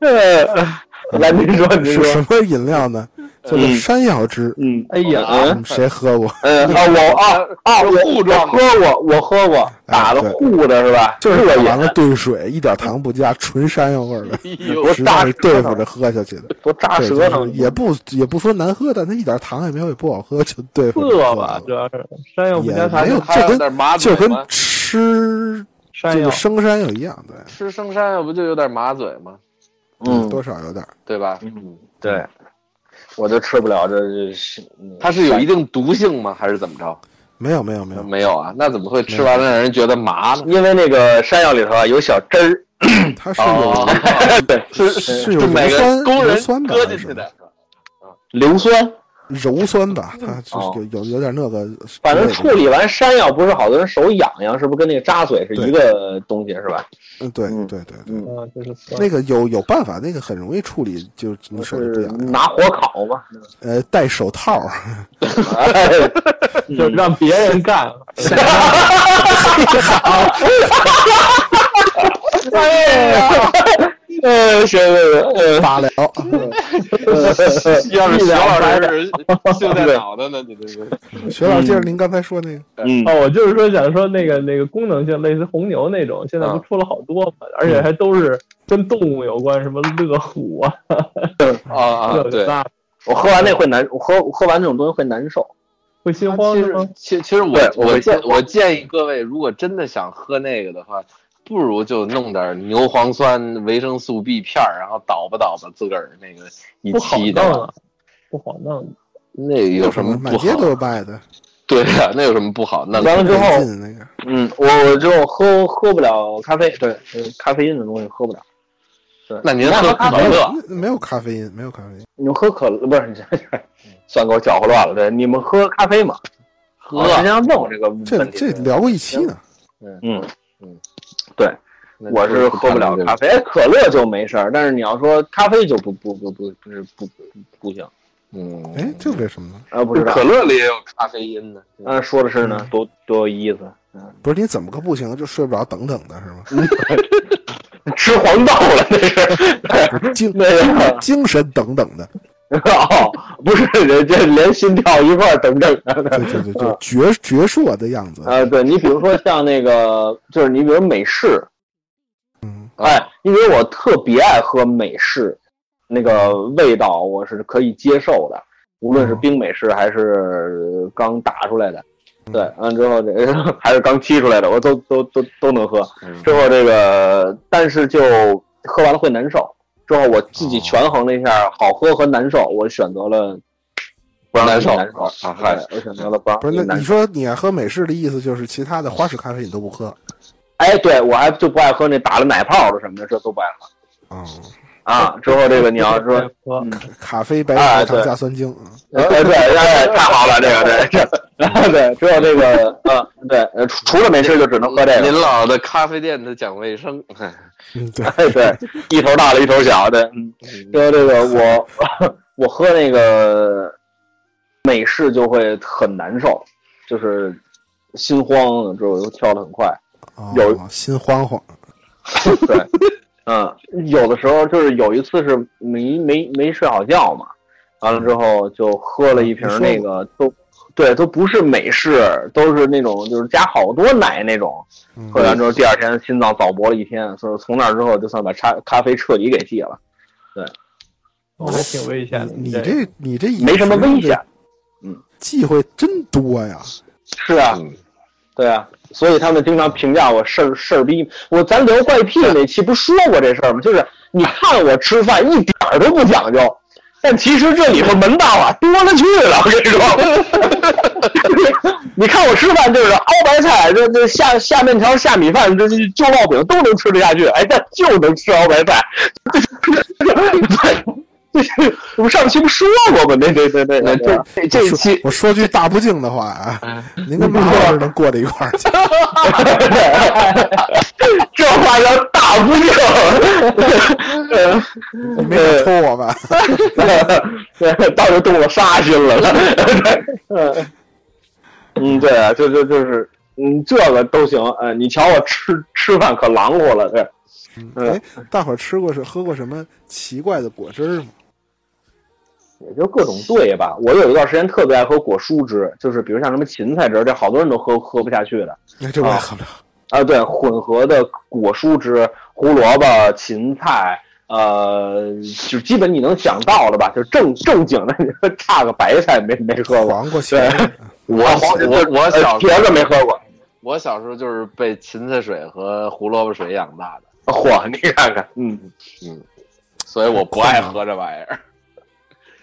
S5: 对，
S6: 啊 来，您说，您
S4: 是
S6: 说，
S4: 什么饮料呢？叫做山药汁。
S6: 嗯，
S3: 哎呀，
S4: 你们谁喝 过？
S6: 嗯，啊，我啊啊，我
S5: 护
S6: 我
S5: 状
S6: 喝过，我喝过，打的
S4: 对
S6: 糊的是吧？
S4: 就是
S6: 热
S4: 打
S6: 饮
S4: 完，了兑水，一点糖不加，纯山药味儿的，
S5: 哎呦
S4: 实在是对付着喝下去的。
S6: 多扎
S4: 对，就
S6: 舌头
S4: 是。也不也不说难喝，但它一点糖也没有，也不好喝，就对付着
S3: 涩
S4: 喝
S3: 吧
S4: 了，
S3: 主要是山药不
S4: 嗯也
S3: 加
S4: 没
S3: 糖，
S4: 有，
S5: 还有
S4: 就
S5: 点
S4: 跟
S5: 麻
S4: 就
S5: 嘴
S4: 跟
S5: 吗
S4: 吃
S3: 山
S4: 这
S3: 药
S4: 个生山药一样，对，
S5: 吃生山药不就有点麻嘴吗？
S6: 嗯，
S4: 多少有点儿。
S5: 对吧？
S6: 嗯，对，我就吃不了，这这是嗯
S5: 它是有一定毒性吗？还是怎么着？
S4: 没有没有没有，
S5: 没有啊，那怎么会吃完了让人觉得麻呢？
S6: 因为那个山药里头啊有小汁儿，
S4: 它是
S5: 哦
S4: 有，
S6: 对，
S5: 是
S4: 是有
S5: 是每
S4: 硫酸
S5: 个工
S4: 硫
S5: 人
S4: 酸吧
S5: 搁
S4: 还
S5: 进
S4: 是
S5: 去的。
S6: 硫酸，
S4: 鞣酸吧，它
S6: 哦
S4: 就是有有有点那个，
S6: 反正处理完山药，不是好多人手痒痒，是不是跟那个扎嘴是一个东西， 是吧？
S4: 嗯，对
S6: 嗯
S4: 对对对，
S6: 嗯，
S3: 嗯，就是酸
S4: 那个有有办法，那个很容易处理，就你手就不
S6: 是
S4: 痒痒。
S6: 拿火烤嘛，
S4: 呃，戴手套，
S3: 就让别人干。
S6: 呃，是，呃，
S4: 罢了。嗯
S5: 要是徐老师秀在脑袋呢，你这是
S4: 徐老师，接着您刚才说那个，
S6: 嗯，
S3: 哦，我就是说想说那个那个功能性，类似红牛那种，现在不
S5: 啊嗯
S3: 出了好多嘛，而且还都是跟动物有关，什么乐虎啊，
S5: 啊啊，
S3: 这
S5: 对
S3: 个。那
S6: 我喝完那 会难，我喝我喝完那种东西会难受。
S3: 会心
S5: 其
S3: 慌是
S5: 实
S3: 吗？
S5: 其其实我
S6: 对我
S5: 我
S6: 会
S5: 建
S6: 见
S5: 我建议各位，如果真的想喝那个的话，不如就弄点牛磺酸、维生素 B 片儿，然后倒吧倒吧自个儿那个一
S3: 不好
S5: 沏
S3: 弄
S5: 的，
S3: 啊，不好弄。
S5: 那有什么
S4: 满
S5: 不
S4: 街都
S5: 好？
S4: 有卖的，
S5: 对呀、那有什么不好？那
S6: 完了之后
S4: 快进那个，
S6: 嗯，我我就喝喝不了咖啡，对，嗯咖啡因的东西喝不了。
S5: 那您喝可乐，
S4: 没没有咖啡因，没有咖啡因。
S6: 你们喝可乐不是？算给我搅和乱了。对，你们喝咖啡吗？
S5: 喝
S6: 我之前问我这个
S4: 这
S6: 问题，
S4: 这聊过一期呢，
S6: 嗯嗯，对，我是喝不了咖啡，哎可乐就没事儿，但是你要说咖啡就不不不不不是不不不行。
S5: 嗯，
S4: 哎，这为什么呢？
S6: 啊，不知道
S5: 可，乐里也有咖啡因呢。
S6: 嗯，说的是呢，多多有意思。嗯，
S4: 不是你怎么个不行，就睡不着，等等的是 吗？
S6: 吃黄豆了，那是
S4: 精
S6: 那个
S4: 精神等等的，
S6: 哦，不是人家连心跳一块儿等等
S4: 对
S6: 的。
S4: 对对，就矍矍铄的样子。
S6: 呃，对你比如说像那个，就是你比如美式，
S4: 嗯，
S6: 哎，因为我特别爱喝美式，那个味道我是可以接受的，无论是
S4: 嗯
S6: 冰美式还是刚打出来的，
S4: 嗯
S6: 对，完之后这 还是刚踢出来的，我都都都都能喝。
S5: 嗯
S6: 之后这个，但是就喝完了会难受。之后我自己权衡了一下好喝和难受，我选择了不让自己
S5: 难受
S6: 难受
S5: 啊嗨
S6: 对我选择了不让
S4: 不是
S6: 自己
S4: 那
S6: 难
S4: 你
S6: 受。
S4: 说你爱喝美式的意思就是其他的花式咖啡你都不喝
S6: 哎，对我还就不爱喝那打了奶泡的什么的，这都不爱喝
S4: 啊？
S6: 啊。之后这个你要说
S3: 对喝
S4: 咖啡白
S6: 哎
S4: 砂糖
S6: 对
S4: 加酸精，嗯
S6: 哎，对哎，太好了，这个对，这 对，只有这个，呃，对，呃除除了没事就只能喝 这
S5: 您
S6: 个，
S5: 老的咖啡店的讲卫生，
S4: 嗯，对，
S6: 哎，对， 一头大了一头小的，嗯，只有这个我 我喝那个美式就会很难受，就是心慌，之后又跳得很快，
S4: 哦
S6: 有
S4: 心慌慌，
S6: 对，嗯，有的时候就是有一次是没没没睡好觉嘛，完了之后就喝了一瓶
S4: 你说
S6: 那个都，对，都不是美式，都是那种就是加好多奶那种。
S4: 嗯
S6: 喝完之后第二天心脏早搏了一天，所以从那之后就算把咖咖啡彻底给戒了。
S3: 我还挺危险的。
S4: 你
S3: 这
S4: 这你这
S2: 没什么危险，
S4: 忌讳真多呀。
S2: 是啊，对啊，所以他们经常评价我事儿事儿逼。我咱聊怪癖那期不是说过这事儿吗？就是你看我吃饭一点儿都不讲究，但其实这里头门道啊多了去了。我跟你说， 你看我吃饭就是熬白菜，这这下下面条、下米饭、这这就烙饼都能吃得下去，哎，但就能吃熬白菜。 对。就是我们上期不说过吗？那那那那这这这一期嗯
S4: 我说句大不敬的话啊， 您跟马老师能过到一块儿去？
S2: 这话叫大不敬，
S4: 你 没敢抽我吧？
S2: 对， 到时动了杀心了。 嗯嗯，对啊，就就就是，嗯，这个都行。呃，你瞧我吃吃饭可狼乎了，这嗯
S4: 哎，大伙儿吃过是喝过什么奇怪的果汁儿吗？
S2: 也就各种兑吧。我有一段时间特别爱喝果蔬汁，就是比如像什么芹菜汁，这好多人都喝喝不下去的。
S4: 那这我也喝不了。
S2: 啊，对，混合的果蔬汁、胡萝卜、芹菜，呃，就基本你能想到的吧，就正正经的，你说差个白菜没没喝过，
S4: 黄瓜芹菜
S2: 对
S5: 我我我
S2: 呃
S5: 小时
S2: 茄
S5: 候
S2: 子没喝过。
S5: 我小时候就是被芹菜水和胡萝卜水养大的，
S2: 嚯，你看看，嗯，
S5: 所以我不爱喝这玩意儿，
S2: 嗯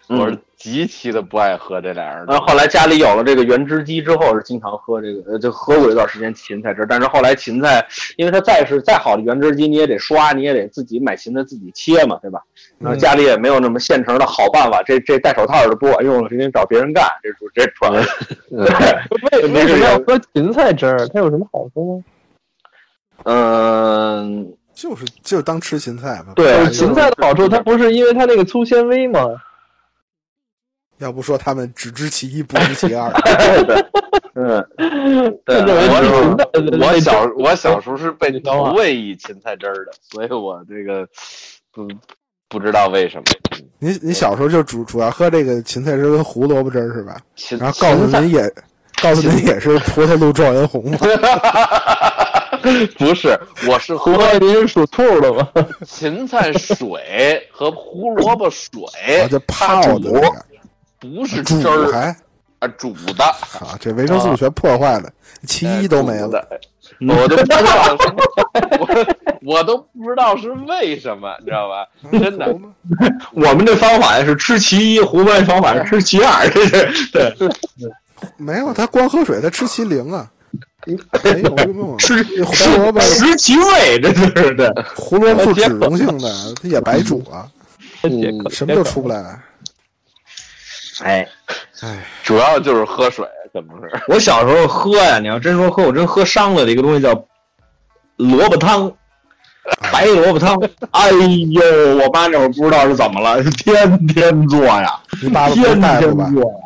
S5: 我是极其的不爱喝这俩人
S2: 那后来家里有了这个原汁机之后，是经常喝这个，呃，就喝过一段时间芹菜汁，但是后来芹菜，因为它再是再好的原汁机，你也得刷，你也得自己买芹菜自己切嘛，对吧？然后家里也没有那么现成的好办法，这这戴手套的不管用了，直接找别人干，这主这传闻。
S3: 为为什么要喝芹菜汁儿？它有什么好喝吗？
S2: 嗯，
S4: 就是就当吃芹菜吧。
S2: 对
S3: 就
S5: 啊
S3: 是芹菜的好处，它不是因为它那个粗纤维吗？
S4: 要不说他们只知其一不知其二。
S2: 嗯，
S5: 对，
S3: 这种是芹
S5: 我
S3: 菜的
S5: 我
S3: 那
S5: 小
S3: 种啊
S5: 我小时候是被
S3: 等会儿
S5: 投喂以芹菜汁儿的，所以我这个不不知道为什么
S4: 你你小时候就主主要喝这个芹菜汁跟胡萝卜汁儿是吧？
S5: 芹
S4: 然后告诉
S5: 芹菜
S4: 您也，告诉您也是葡萄露状元红嘛。
S5: 不是，我是喝
S3: 胡萝卜您是属兔的吗？
S5: 芹菜水和胡萝卜水，
S4: 啊，就泡的那个
S5: 不是
S4: 煮
S5: 汁儿
S4: 还
S5: 啊煮的，哎
S4: 好，这维生素全破坏了，其一都没了。
S5: 煮的，我都不知道是，我我都不知道是为什么，你知道吧？
S4: 嗯
S5: 真的，
S2: 我们这方法是吃其一，胡白方法是吃其二，这是对
S4: 没有，他光喝水，他吃麒麟啊。没有用啊，
S2: 吃
S4: 胡萝卜
S2: 食其味，这就是对。
S4: 胡萝卜素脂溶性的，它也白煮啊，
S3: 解渴
S4: 什么都出不来。
S2: 哎，
S5: 主要就是喝水，怎么是？
S2: 我小时候喝呀，你要真说喝，我真喝伤了的一个东西叫萝卜汤。白萝卜汤，哎呦，我妈那会儿不知道是怎么了，天天做呀，
S4: 你爸爸不是
S2: 天
S4: 大
S2: 天
S4: 夫吧？
S2: 做呀，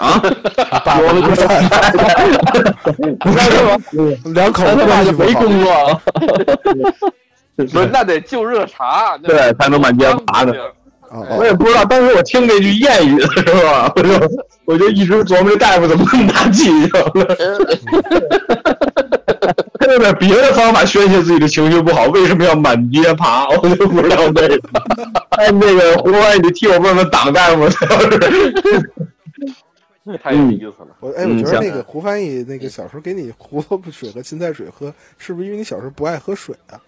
S2: 啊，
S4: 爸爸不是大夫，
S3: 不是吗？
S4: 两口
S3: 咱他
S4: 子
S3: 爸
S4: 关系
S3: 就
S4: 不
S3: 没
S4: 好。
S3: 工作啊。
S5: 不是，那得就热茶，那
S2: 对，才能满街爬呢。
S4: 哦
S2: 我也不知道，当时我听这句谚语的时候啊，我就我就一直琢磨这大夫怎么那么大气性了， 他用点别的方法宣泄自己的情绪不好，为什么要满街爬？我就不知道为什么。哎，那个胡说，你替我问问党大夫，
S3: 嗯
S5: 太有意思了。
S4: 我哎，我觉得那个胡翻译那个小时候给你胡萝卜水和芹菜水喝，是不是因为你小时候不爱喝水啊？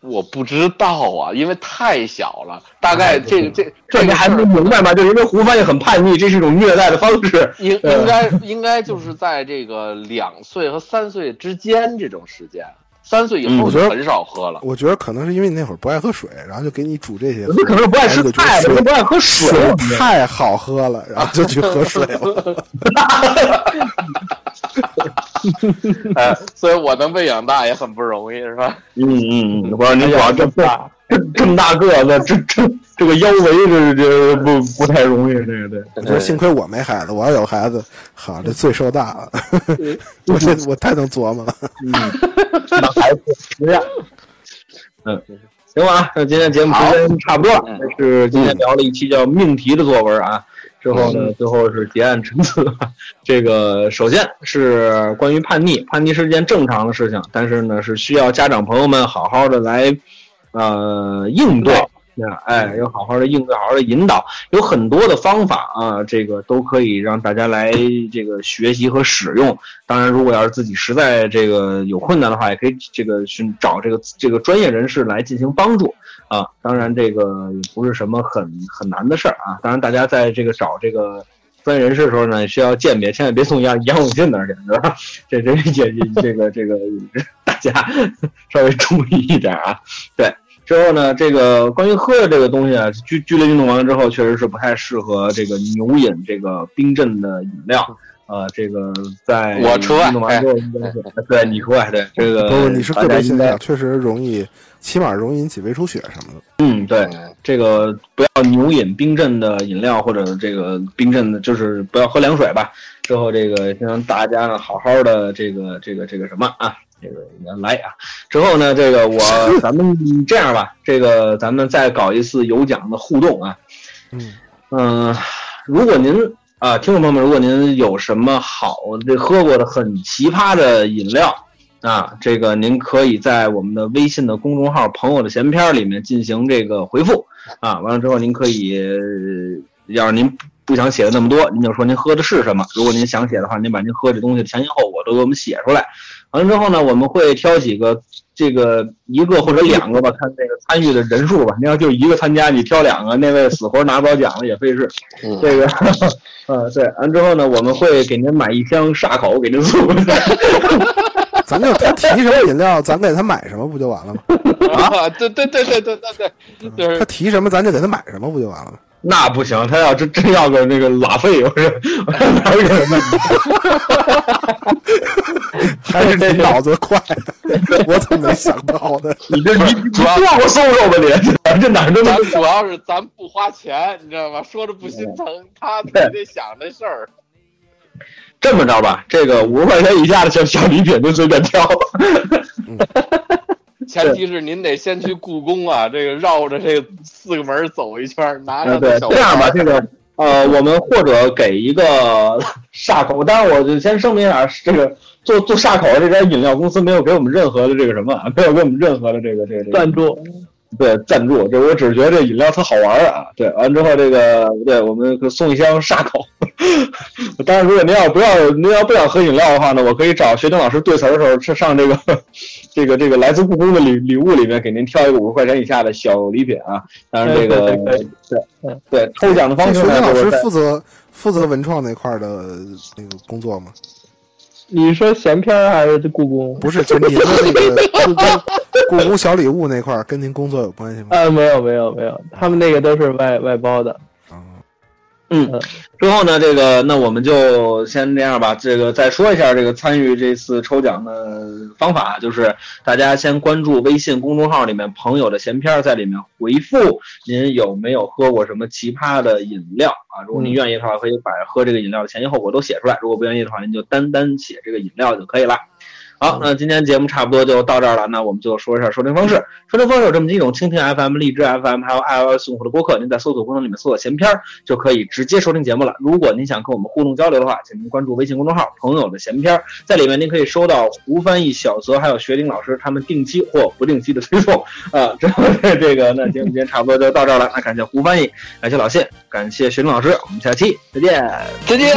S5: 我不知道啊，因为太小 了，大概这个这
S2: 这
S5: 这
S2: 嗯你
S5: 个
S2: 还
S5: 事
S2: 没
S5: 儿
S2: 明白吗？就是因为胡翻译很叛逆，这是一种虐待的方式。
S5: 应 应该应该就是在这个两岁和三岁之间这种时间，三岁
S2: 嗯
S5: 以后
S4: 我
S5: 就
S4: 觉得
S5: 很少喝了。
S4: 我觉得可能是因为你那会儿不爱喝水，然后就给你煮这些喝。
S2: 你可能不爱吃
S4: 孩子哎觉得
S2: 菜，可能
S4: 水
S2: 不爱喝水。
S4: 水太好喝了，然后就去喝水 了。
S5: 哎， 所以我能被养大也很不容易，是吧？
S2: 嗯嗯嗯，我说你主要这么大这么大个子，这这这个腰围这这不不太容易，这个对。
S4: 我觉得幸亏我没孩子，我要有孩子，好，这罪受大了。
S2: 嗯
S4: 我这我太能琢磨了。
S2: 那孩子实验。嗯，行吧，那今天节目时间差不多了，这是今天聊了一期叫命题的作文啊。之后呢，最后是结案陈词。 这个首先是关于叛逆，叛逆是件正常的事情，但是呢是需要家长朋友们好好的来呃应对。那哎，有好好的应对，好好的引导，有很多的方法啊，这个都可以让大家来这个学习和使用。当然，如果要是自己实在这个有困难的话，也可以这个寻找这个这个专业人士来进行帮助啊。当然，这个也不是什么很很难的事儿啊。当然，大家在这个找这个专业人士的时候呢，也需要鉴别，千万别送杨杨永信那儿去，是吧？这这也也这个这个，大家稍微注意一点啊。之后呢，这个关于喝的这个东西啊，剧剧烈运动完了之后，确实是不太适合这个牛饮这个冰镇的饮料。呃，这个在
S5: 我除外哎
S2: 运动完之后应该是，对你除外，对这个
S4: 不，你是个
S2: 大家
S4: 别
S2: 呃应
S4: 现
S2: 该
S4: 象，确实容易，起码容易引起胃出血什么的。
S2: 嗯，对，这个不要牛饮冰镇的饮料，或者这个冰镇的，就是不要喝凉水吧。之后这个让大家呢好好的这个这个这个什么啊，这个来啊。之后呢，这个我咱们这样吧，这个咱们再搞一次有奖的互动啊。
S4: 嗯，
S2: 嗯，如果您啊、听众朋友们，如果您有什么好这喝过的很奇葩的饮料啊，这个您可以在我们的微信的公众号“朋友的闲篇”里面进行这个回复啊。完了之后，您可以，呃要是您不想写的那么多，您就说您喝的是什么。如果您想写的话，您把您喝这东西的前因后果都给我们写出来。完了之后呢，我们会挑几个这个一个或者两个吧，看那个参与的人数吧。你要就一个参加，你挑两个，那位死活拿不着奖了也费事。
S5: 嗯
S2: 这个， 呃，对，完之后呢，我们会给您买一箱煞口给您送过去。
S4: 咱就他提什么饮料，咱给他买什么不就完了吗？
S5: 啊，对对对对对对对，就是
S4: 他提什么，咱就给他买什么不就完了吗？
S2: 那不行，他要真真要个那个拉菲，我是我哪有给他 买？
S4: 还是你脑子快，我怎么没想到 呢？
S2: 你这你你让我送肉吧你， 这哪儿都能
S5: 咱主要是咱不花钱，你知道吗？说着不心疼，他得得想这事儿。
S2: 这么着吧？这个五十块钱以下的小小礼品您随便 挑。
S5: 前提是您得先去故宫啊，这个绕着这四个门儿走一圈儿，拿
S2: 啊，
S5: 上
S2: 对，
S5: 小
S2: 这样吧，这 个呃，我们或者给一个煞口，当然我就先声明一下，这个做做煞口的这家饮料公司没有给我们任何的这个什么啊，没有给我们任何的这个这个这个
S3: 赞助，
S2: 对赞助，这我只是觉得这饮料特好玩儿啊。对，完之后这个，对我们送一箱沙口。 当然，如果您要不要您要不想喝饮料的话呢，我可以找学丁老师对词儿的时候，是上这个 这个这个来自故宫的礼礼物里面给您挑一个五十块钱以下的小礼品啊。当然，这个
S3: 对对对
S2: 对对抽奖的方式
S4: 学
S2: 呢，
S4: 老
S2: 就是
S4: 师
S2: 在
S4: 负责负责文创那块儿的那个工作吗？
S3: 你说闲篇儿还是故宫？
S4: 不是，就您的那个故宫故宫小礼物那块儿跟您工作有关系吗？
S3: 啊，没有没有没有，他们那个都是外外包的。
S4: 啊，
S2: 嗯，之后呢，这个那我们就先这样吧。这个再说一下这个参与这次抽奖的方法，就是大家先关注微信公众号里面“朋友的闲篇”，在里面回复您有没有喝过什么奇葩的饮料啊？如果您愿意的话，可以把喝这个饮料的前因后果都写出来；如果不愿意的话，您就单单写这个饮料就可以了。好，那今天节目差不多就到这儿了，那我们就说一下收听方式。收听方式有这么几种：蜻蜓 FM、荔枝 FM，还有 iOS 用户的播客。您在搜索功能里面搜索“闲篇儿”，就可以直接收听节目了。如果您想跟我们互动交流的话，请您关注微信公众号“朋友的闲篇儿”，在里面您可以收到胡翻译、小泽还有学林老师他们定期或不定期的推送啊。之后这这个那节目今天差不多就到这儿了，那感谢胡翻译，感谢老谢，感谢学林老师，我们下期再见。
S5: 再见。